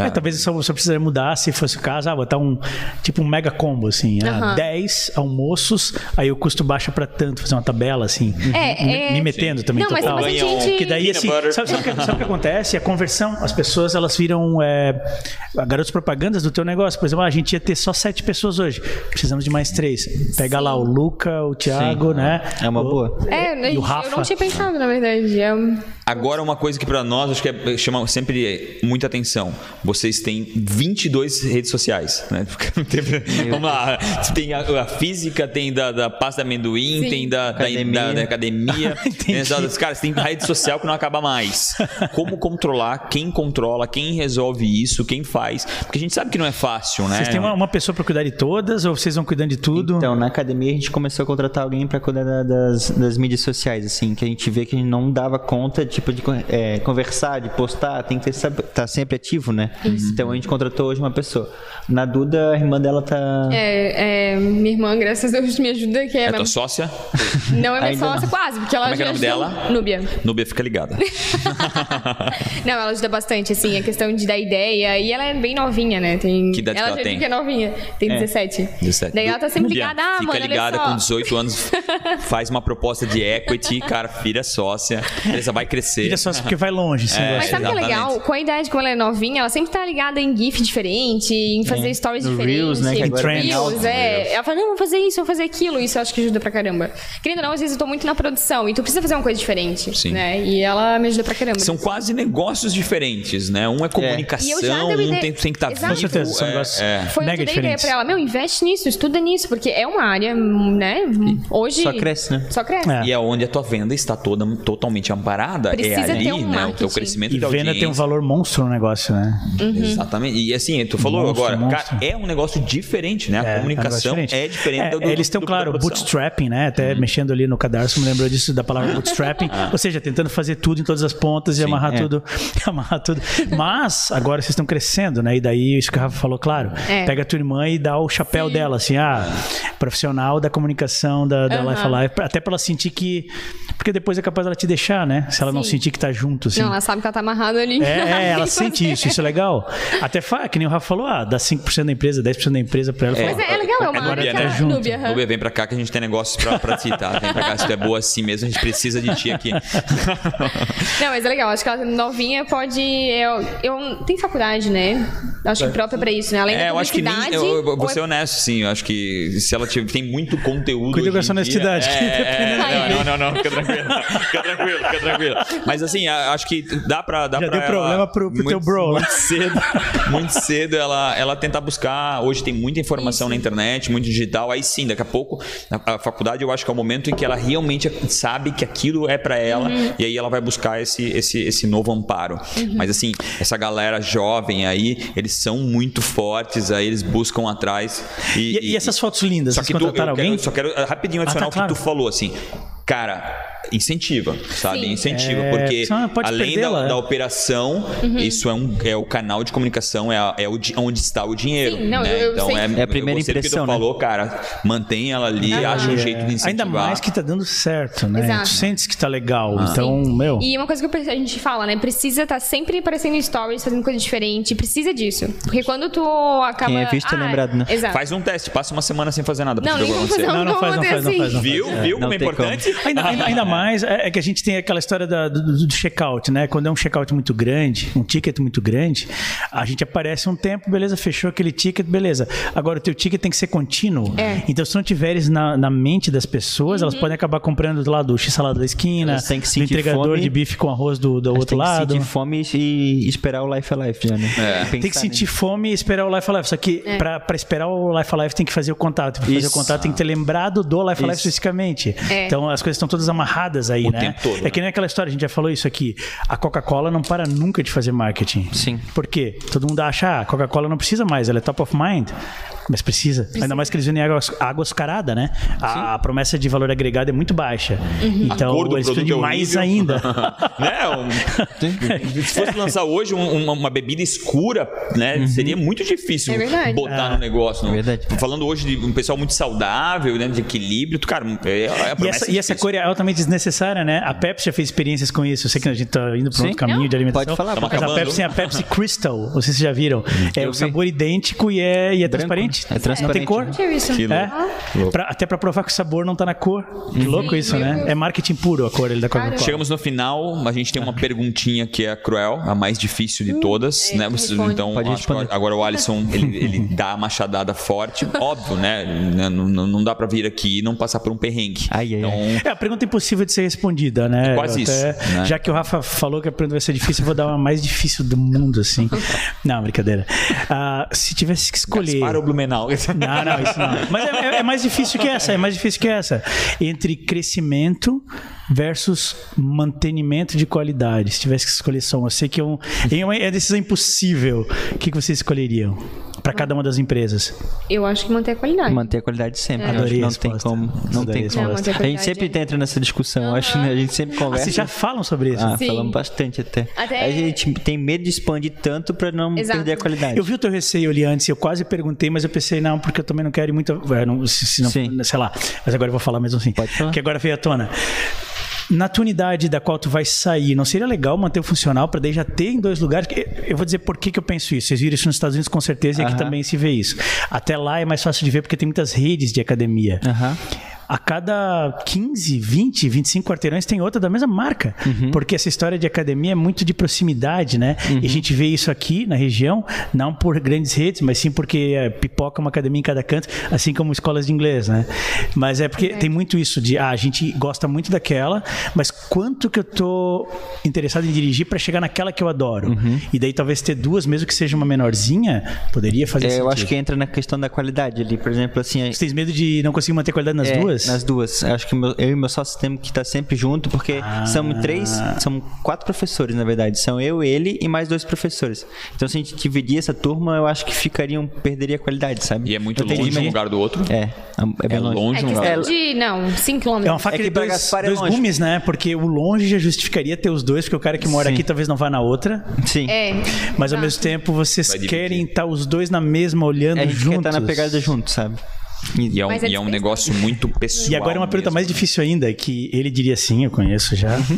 A: É, talvez só, só precisaria mudar, se fosse o caso, ah, botar um tipo um mega combo, assim.
D: Aham.
A: Ah, 10 almoços, aí o custo baixa pra tanto, fazer uma tabela, assim.
D: É,
A: me,
D: é-
A: me metendo também
D: Não, mas,
A: total.
D: mas a
C: Ganha um-
D: gente...
A: Que daí,
C: Peanut
A: assim,
C: butter.
A: sabe, sabe o que, sabe o que acontece? A conversão, as pessoas, elas viram é, garotas propagandas do teu negócio. Por exemplo, ah, a gente ia ter só sete pessoas hoje, precisamos de mais três. Pega lá o Luca, o Thiago, né?
E: É uma
A: O-
E: boa.
D: É, né,
A: E o
D: eu não
A: Rafa?
D: tinha pensado, na verdade. É um-
C: agora uma coisa que pra nós acho que é, chama sempre muita atenção. Vocês têm 22 redes sociais, né? Porque não teve- Vamos lá, tem a, a física, tem da, da pasta de amendoim,
D: Sim.
C: tem da da- da-
E: Academia.
C: da- da
A: Ah,
C: academia. tem as outras- Cara, tem rede social que não acaba mais. Como controlar, quem controla, quem resolve isso, quem faz? Porque a gente sabe que não é fácil, né?
A: Vocês têm uma, uma pessoa pra cuidar de todas ou vocês vão cuidando de tudo?
E: Então, na academia a gente começou a contratar alguém pra cuidar da- das, das mídias sociais, assim, que a gente vê que a gente não dava conta, tipo, de con- é, conversar, de postar, tem que estar tá sempre ativo, né?
A: Uhum.
E: Então a gente contratou hoje uma pessoa. Na Duda, a irmã dela tá...
D: É, é, minha irmã, graças a Deus, me ajuda, que é,
C: É
D: minha-
C: tua sócia?
D: não é minha
E: Ainda
D: sócia,
E: não.
D: quase, porque ela
C: Como é que é o
D: já
C: nome
D: ajuda-
C: dela?
D: Núbia.
C: Nubia, fica ligada.
D: Não, ela ajuda bastante, assim, a questão de dar ideia. E ela é bem novinha, né? Tem...
C: Que idade que
D: ela
C: ela
D: já
C: tem?
D: diz que é novinha. Tem 17.
C: 17.
D: Daí ela tá sempre
C: Nubia,
D: ligada, ah,
C: Fica
D: mano,
C: ligada
D: olha só.
C: com 18 anos, faz uma proposta de equity, cara, vira sócia, ela só vai crescer.
A: Filha sócia, porque vai longe esse
D: Mas
A: negócio.
D: sabe o que é
C: Exatamente.
D: legal? Com a idade, como ela é novinha, ela sempre tá ligada em GIF diferente, em fazer stories
E: No
D: diferentes.
E: Reels, né, que
A: agora
D: Reels,
A: tem
E: alto,
D: é. Ela fala, não, vou fazer isso, vou fazer aquilo. Isso eu acho que ajuda pra caramba. Querendo ou não, às vezes eu tô muito na produção e tu precisa fazer uma coisa diferente,
C: Sim.
D: né? E ela me ajuda pra caramba.
C: São quase negócios diferentes, né? Um é
D: E eu já
C: comunicação,
D: dei uma
C: um
D: ideia-
C: tem, tem que estar vivo.
D: Exato.
A: Com certeza, são
C: é,
A: negócios
C: é.
D: Foi onde
A: mega
D: eu dei ideia
A: diferentes.
D: pra ela, meu, investe nisso, estuda nisso, porque é uma área, né? Hoje.
E: Só cresce, né?
D: Só cresce.
A: É.
C: E é onde a tua venda está toda totalmente amparada. é
D: Precisa
C: ali,
D: ter
C: né?
D: um
C: O teu
D: marketing. Uhum.
C: crescimento
A: E
C: da
A: venda tem um
C: audiência.
A: valor monstro no negócio, né?
C: Exatamente. E assim, tu falou
A: Monstro,
C: agora,
A: monstro.
C: cara, é um negócio diferente, né? A
A: É,
C: comunicação
A: um negócio
C: é diferente
A: É,
C: do, do
A: Eles estão,
C: do-
A: claro,
C: da produção. Uhum.
A: bootstrapping, né? Até
C: Ah.
A: mexendo ali no cadarço, me lembrou disso da palavra bootstrapping. Ou seja, tentando fazer tudo em todas as pontas e amarrar
E: é.
A: tudo. amarrar tudo. Mas agora vocês estão crescendo, né? E daí isso que a Rafa falou, claro.
D: É.
A: Pega a tua irmã e dá o chapéu dela, assim, ah, profissional da comunicação da, da Life Alive. Até pra ela sentir que. Porque depois é capaz dela te deixar, né? Se ela não
D: Sim.
A: sentir que tá junto, assim.
D: Não, ela sabe que ela tá amarrada ali.
A: É, é, ela
D: Então,
A: sente isso, isso é legal. Até fa- que nem o Rafa falou, ah, dá 5% da empresa, 10% da empresa pra ela.
D: Mas
A: fala,
D: é, é legal, é uma
A: Agora
D: área
A: tá
D: que ela
A: junto.
D: Núbia, aham.
C: Rubia, vem pra cá que a gente tem negócios pra, pra te citar. Vem pra cá, se tu é boa assim mesmo, a gente precisa de ti aqui.
D: Não, mas é legal. Acho que ela novinha pode. Eu, eu- tem faculdade, né? Acho que própria pra isso, né? Além da
C: É, eu acho que nem.
D: publicidade,
C: Eu, um eu vou
D: ou
C: ser
D: é-
C: honesto, sim. Eu acho que se ela tiver, tem muito conteúdo.
A: Cuida com
C: hoje em
A: essa honestidade,
C: dia-
A: que
C: É,
A: dependendo
C: é,
D: do
C: não, não, não, não, fica tranquilo. Fica tranquilo, fica tranquilo. Mas assim, a- acho que dá pra. Dá
A: Já
C: pra
A: deu
C: ela
A: problema pro- pro teu
C: muito-
A: bro. né?
C: Muito cedo. Muito cedo ela, ela tentar buscar. Hoje tem muita informação na internet, muito digital. Aí sim, daqui a pouco, a, a faculdade eu acho que é o momento em que ela realmente sabe que aquilo é pra ela. E aí ela vai buscar esse, esse, esse novo amparo. Mas assim, essa galera jovem aí, eles são muito fortes, aí eles buscam atrás.
A: E, e essas fotos lindas,
C: só
A: vocês
C: que tu, eu
A: contrataram alguém?
C: Quero, só quero ah, rapidinho
A: Ah,
C: adicionar
A: tá,
C: o que
A: claro.
C: tu falou, assim. Cara, incentiva, sabe?
D: Sim.
C: Incentiva,
A: É,
C: porque
A: senão pode
C: além
A: perder
C: da,
A: ela, é.
C: da operação,
D: Uhum.
C: isso é, um, é o canal de comunicação, é, a- é o di- onde está o dinheiro.
D: Sim, não,
C: né?
D: eu- eu
C: então
D: sei.
C: é,
E: É a primeira
C: eu gostei do que tu
E: impressão, né?
C: falou, cara, mantém ela ali,
D: Ah,
C: acha um jeito de incentivar.
A: é. Ainda mais que tá dando certo, né?
D: Exato.
A: Tu sentes que tá legal. Então, meu.
D: E uma coisa que eu perce- a gente fala, né? Precisa estar sempre aparecendo em stories, fazendo coisa diferente. Precisa disso. Porque quando tu acaba. Ah,
E: Quem é visto é lembrado, né?
D: Exato.
C: Faz um teste, passa uma semana sem fazer nada. pra
D: Tá.
C: tu
D: Não,
C: ver
D: nem
C: o que
D: vamos fazer
C: acontece.
A: Não, não
D: um
A: faz, não faz, não faz, não faz.
C: Viu? Viu
E: não
C: como é
E: tem
C: importante?
A: Ainda, ainda- ainda mais é, é que a gente tem aquela história da- do, do- do check-out, né? Quando é um check-out muito grande, um ticket muito grande, a gente aparece um tempo, beleza, fechou aquele ticket, beleza. Agora, o teu ticket tem que ser contínuo.
D: É. Uhum.
A: Então, se não tiveres na, na mente das pessoas, elas podem acabar comprando do lado do x-salada da esquina,
E: Elas têm que
A: do
E: sentir
A: entregador
E: fome.
A: de bife com arroz do, do
E: Mas
A: outro
E: tem que
A: lado.
E: sentir fome e esperar o Life Alive já, né?
A: Tem que sentir fome e esperar o Life Alive. Só que pra para esperar o Life Alive tem que fazer o contato. Pra fazer
E: Isso.
A: o contato tem que ter lembrado do Life Alive
E: Isso.
A: especificamente.
D: É.
A: Então as coisas estão todas amarradas aí,
C: O
A: né?
C: tempo todo,
A: é que nem aquela história, a gente já falou isso aqui. A Coca-Cola não para nunca de fazer marketing.
E: Sim.
A: Por quê? Todo mundo acha, ah, a Coca-Cola não precisa mais, ela é top of mind. Mas precisa. Ainda mais que eles vendem água, água açucarada, né? A, a promessa de valor agregado é muito baixa. Então,
C: cor do
A: eles precisam
C: produto
A: de
C: é
A: mais
C: horrível.
A: ainda.
C: né? Um- se fosse lançar hoje um- uma, uma bebida escura, né? Seria muito difícil
D: É verdade.
C: botar
A: Ah,
C: no negócio. Não.
E: Uhum. É verdade.
C: Falando hoje de um pessoal muito saudável, né? De equilíbrio, tu, cara, é, é a
A: E
C: promessa
A: essa, e essa
C: difícil.
A: cor é altamente desnecessária, né? A Pepsi já fez experiências com isso. Eu sei que a gente tá indo para
E: Hum. Sim.
A: outro caminho de alimentação.
E: pode falar,
A: Mas
C: pode falar.
A: a Pepsi tem a Pepsi Crystal, vocês já viram. É
E: Hum. Eu
A: um
E: vi.
A: sabor idêntico e é, e é
E: Branco,
A: transparente.
E: né? É
A: Não
E: transparente,
A: tem cor.
E: né? Uhum.
D: Tinha visto.
C: Que
A: É,
C: louco.
A: Pra- até para provar que o sabor não tá na cor. Que louco isso, né? É marketing puro a cor ele da Coca-Cola.
C: Chegamos no final, a gente tem uma perguntinha que é cruel, a mais difícil de todas, né? Vocês-
D: Hum, é, responde.
C: então,
E: Pode
C: acho que
E: responder.
C: agora o Alisson, ele, ele dá a machadada forte, óbvio, né? Não, não- não dá pra vir aqui e não passar por um perrengue.
E: Ai, ai,
C: então,
A: É a pergunta impossível de ser respondida,
E: É
A: né?
C: Quase
A: Eu até-
C: isso, né?
A: Já que o Rafa falou que a pergunta vai ser difícil, eu vou dar uma mais difícil do mundo, assim. Não, brincadeira. Ah, se tivesse que escolher.
C: para o
A: Não,
C: Blumenau.
A: não, isso não. Mas é, é- é mais difícil que essa, é mais difícil que essa. Entre crescimento versus mantenimento de qualidade. Se tivesse que escolher só um, eu sei que é, um, é uma é uma decisão impossível. O que, que vocês escolheriam para cada uma das empresas?
D: Eu acho que manter a qualidade.
E: Manter a qualidade sempre. né?
A: É.
E: Eu acho que
A: Adorei a
E: não tem
A: resposta.
E: como.
A: Adorei
E: Não tem
A: a
E: como.
D: resposta. Não, mas a
E: A gente sempre
D: qualidade-
E: entra nessa discussão, eu acho, né? A gente sempre
A: Ah,
E: conversa.
A: vocês já falam sobre isso.
E: Ah,
D: Sim.
E: falamos bastante até.
D: Até-
E: A gente tem medo de expandir tanto pra não
D: Exato.
E: perder a qualidade.
A: Eu vi o teu receio ali antes, eu quase perguntei, mas eu pensei, não, porque eu também não quero ir muito. é, não- se- se não-
E: Sim.
A: sei lá, mas agora eu vou falar mesmo assim.
E: Pode falar.
A: Que agora veio à tona. Na tua unidade da qual tu vai sair, não seria legal manter o funcional para daí já ter em dois lugares? Que- Eu vou dizer por que, que eu penso isso. Vocês viram isso nos Estados Unidos com certeza e aqui
E: Aham.
A: também se vê isso. Até lá é mais fácil de ver porque tem muitas redes de academia.
E: Aham.
A: A cada 15, 20, 25 quarteirões tem outra da mesma marca.
E: Uhum.
A: Porque essa história de academia é muito de proximidade, né? E a gente vê isso aqui na região, não por grandes redes, mas sim porque é, pipoca uma academia em cada canto, assim como escolas de inglês, né? Mas é porque tem muito isso de, ah, a gente gosta muito daquela, mas quanto que eu tô interessado em dirigir para chegar naquela que eu adoro?
E: Uhum.
A: E daí talvez ter duas, mesmo que seja uma menorzinha, poderia fazer
E: É,
A: sentido.
E: eu acho que entra na questão da qualidade ali. Por exemplo, assim,
A: Vocês têm medo de não conseguir manter qualidade nas
E: É,
A: duas? duas?
E: Nas duas. Acho que meu- eu e meu sócio temos que estar sempre junto, porque
A: Ah.
E: são três, são quatro professores, na verdade. São eu, ele e mais dois professores. Então, se a gente dividir essa turma, eu acho que ficariam, perderia a qualidade, sabe?
C: E é muito
E: Eu tenho
C: longe um
E: de-
C: lugar do outro.
E: É, é bem
C: É longe
D: É
C: um lugar do
D: questão
C: outro.
D: de. Não,
A: É
D: 5
A: uma
D: quilômetros.
A: faca
E: É que
A: de
E: pra
A: dois,
E: Gaspar é
A: dois
E: longe.
A: gumes, né? Porque o longe já justificaria ter os dois, porque o cara que mora
E: Sim.
A: aqui talvez não vá na outra.
E: Sim.
D: É.
A: Mas ao
D: Tá.
A: mesmo tempo vocês
C: Vai dividir.
A: querem estar os dois na mesma olhando
E: É, a gente quer
A: juntos.
E: estar na pegada junto, sabe?
C: E é um,
D: Mas é
C: e é um
D: difícil.
C: negócio muito pessoal.
A: E agora é uma pergunta
C: mesmo.
A: mais difícil ainda, que ele diria sim, eu conheço já.
E: Uhum.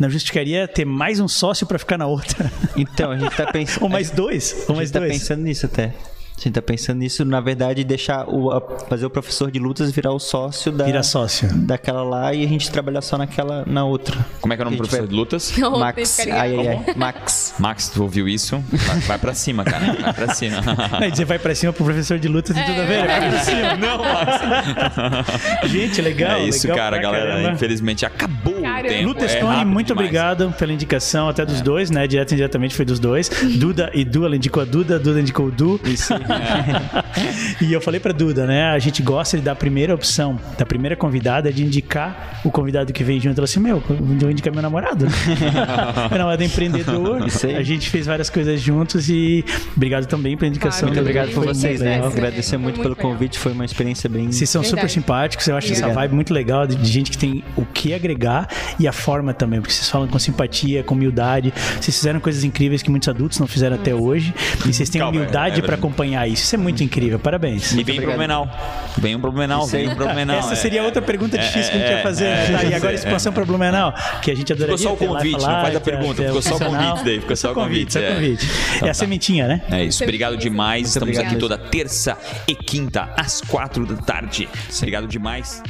A: Não justificaria ter mais um sócio pra ficar na outra?
E: Então, a gente tá pensando.
A: Ou mais dois? Ou
E: A
A: mais
E: gente tá
A: dois?
E: pensando nisso até. A gente tá pensando nisso, na verdade, deixar o, a- fazer o professor de lutas virar o sócio da,
A: Virar sócio.
E: daquela lá e a gente trabalhar só naquela, na outra.
C: Como é que é o nome do
E: A gente
C: professor
E: vai-
C: de lutas?
D: Não, tem que
E: Max.
D: ficar
E: Ai,
D: ligado.
E: ai, ai. Max.
C: Max, tu ouviu isso? Vai, vai pra cima, cara. Vai pra cima.
E: Ah.
A: Aí você vai pra cima pro professor de luta, tem tudo a ver? Vai pra
E: É.
A: cima.
C: Não, Max.
A: Gente, legal.
C: é isso,
A: legal
C: cara,
A: pra
C: galera.
A: caramba.
C: Infelizmente acabou o
D: Caramba.
C: tempo.
A: Lu
C: é
A: Testoni,
C: rápido
A: muito
C: demais. É.
A: obrigado pela indicação, até dos dois, né? Direto e indiretamente foi dos dois.
C: Uhum.
A: Duda e Du, ela indicou a Duda, Duda indicou o Du. Isso. e eu falei pra Duda, né? A gente gosta de dar a primeira opção, da primeira convidada, de indicar o convidado que vem junto. Ela assim, meu, eu vou indicar meu namorado. né? meu namorado é empreendedor.
E: Isso aí.
A: A gente fez várias coisas juntos e obrigado também pela indicação.
E: Ah,
D: Claro,
E: Muito
A: Duda.
E: obrigado por
A: Foi
E: vocês,
A: muito
E: né?
A: legal.
D: Obrigado.
E: Agradecer muito
D: Foi
E: pelo
D: muito legal.
E: convite, foi uma experiência bem.
A: Vocês são
D: Verdade.
A: super simpáticos, eu acho essa
E: Obrigado.
A: vibe muito legal de, de gente que tem o que agregar e a forma também, porque vocês falam com simpatia, com humildade, vocês fizeram coisas incríveis que muitos adultos não fizeram até hoje, e vocês têm
C: Calma,
A: humildade
C: é, Uhum. é
A: pra
C: verdade.
A: acompanhar isso. Isso é muito incrível, parabéns.
C: E vem pro Blumenau. Vem um pro Blumenau,
E: Isso aí.
C: vem pro Blumenau.
A: Essa
C: é.
A: seria outra pergunta difícil que a gente
C: é,
A: ia fazer, né?
C: é,
A: Tá, e
C: é,
A: agora
C: é.
A: expansão para Blumenau, que a gente adoraria.
C: Ficou só o
A: ter lá,
C: convite,
A: falar,
C: não faz a
A: ter-
C: pergunte,
A: ter
C: ficou só o
A: profissional.
C: convite daí, ficou só o convite,
A: Só o
C: é.
A: convite. É a sementinha, né?
C: É isso. Obrigado demais. Estamos
E: obrigado.
C: aqui toda terça e quinta, às quatro da tarde. Obrigado demais.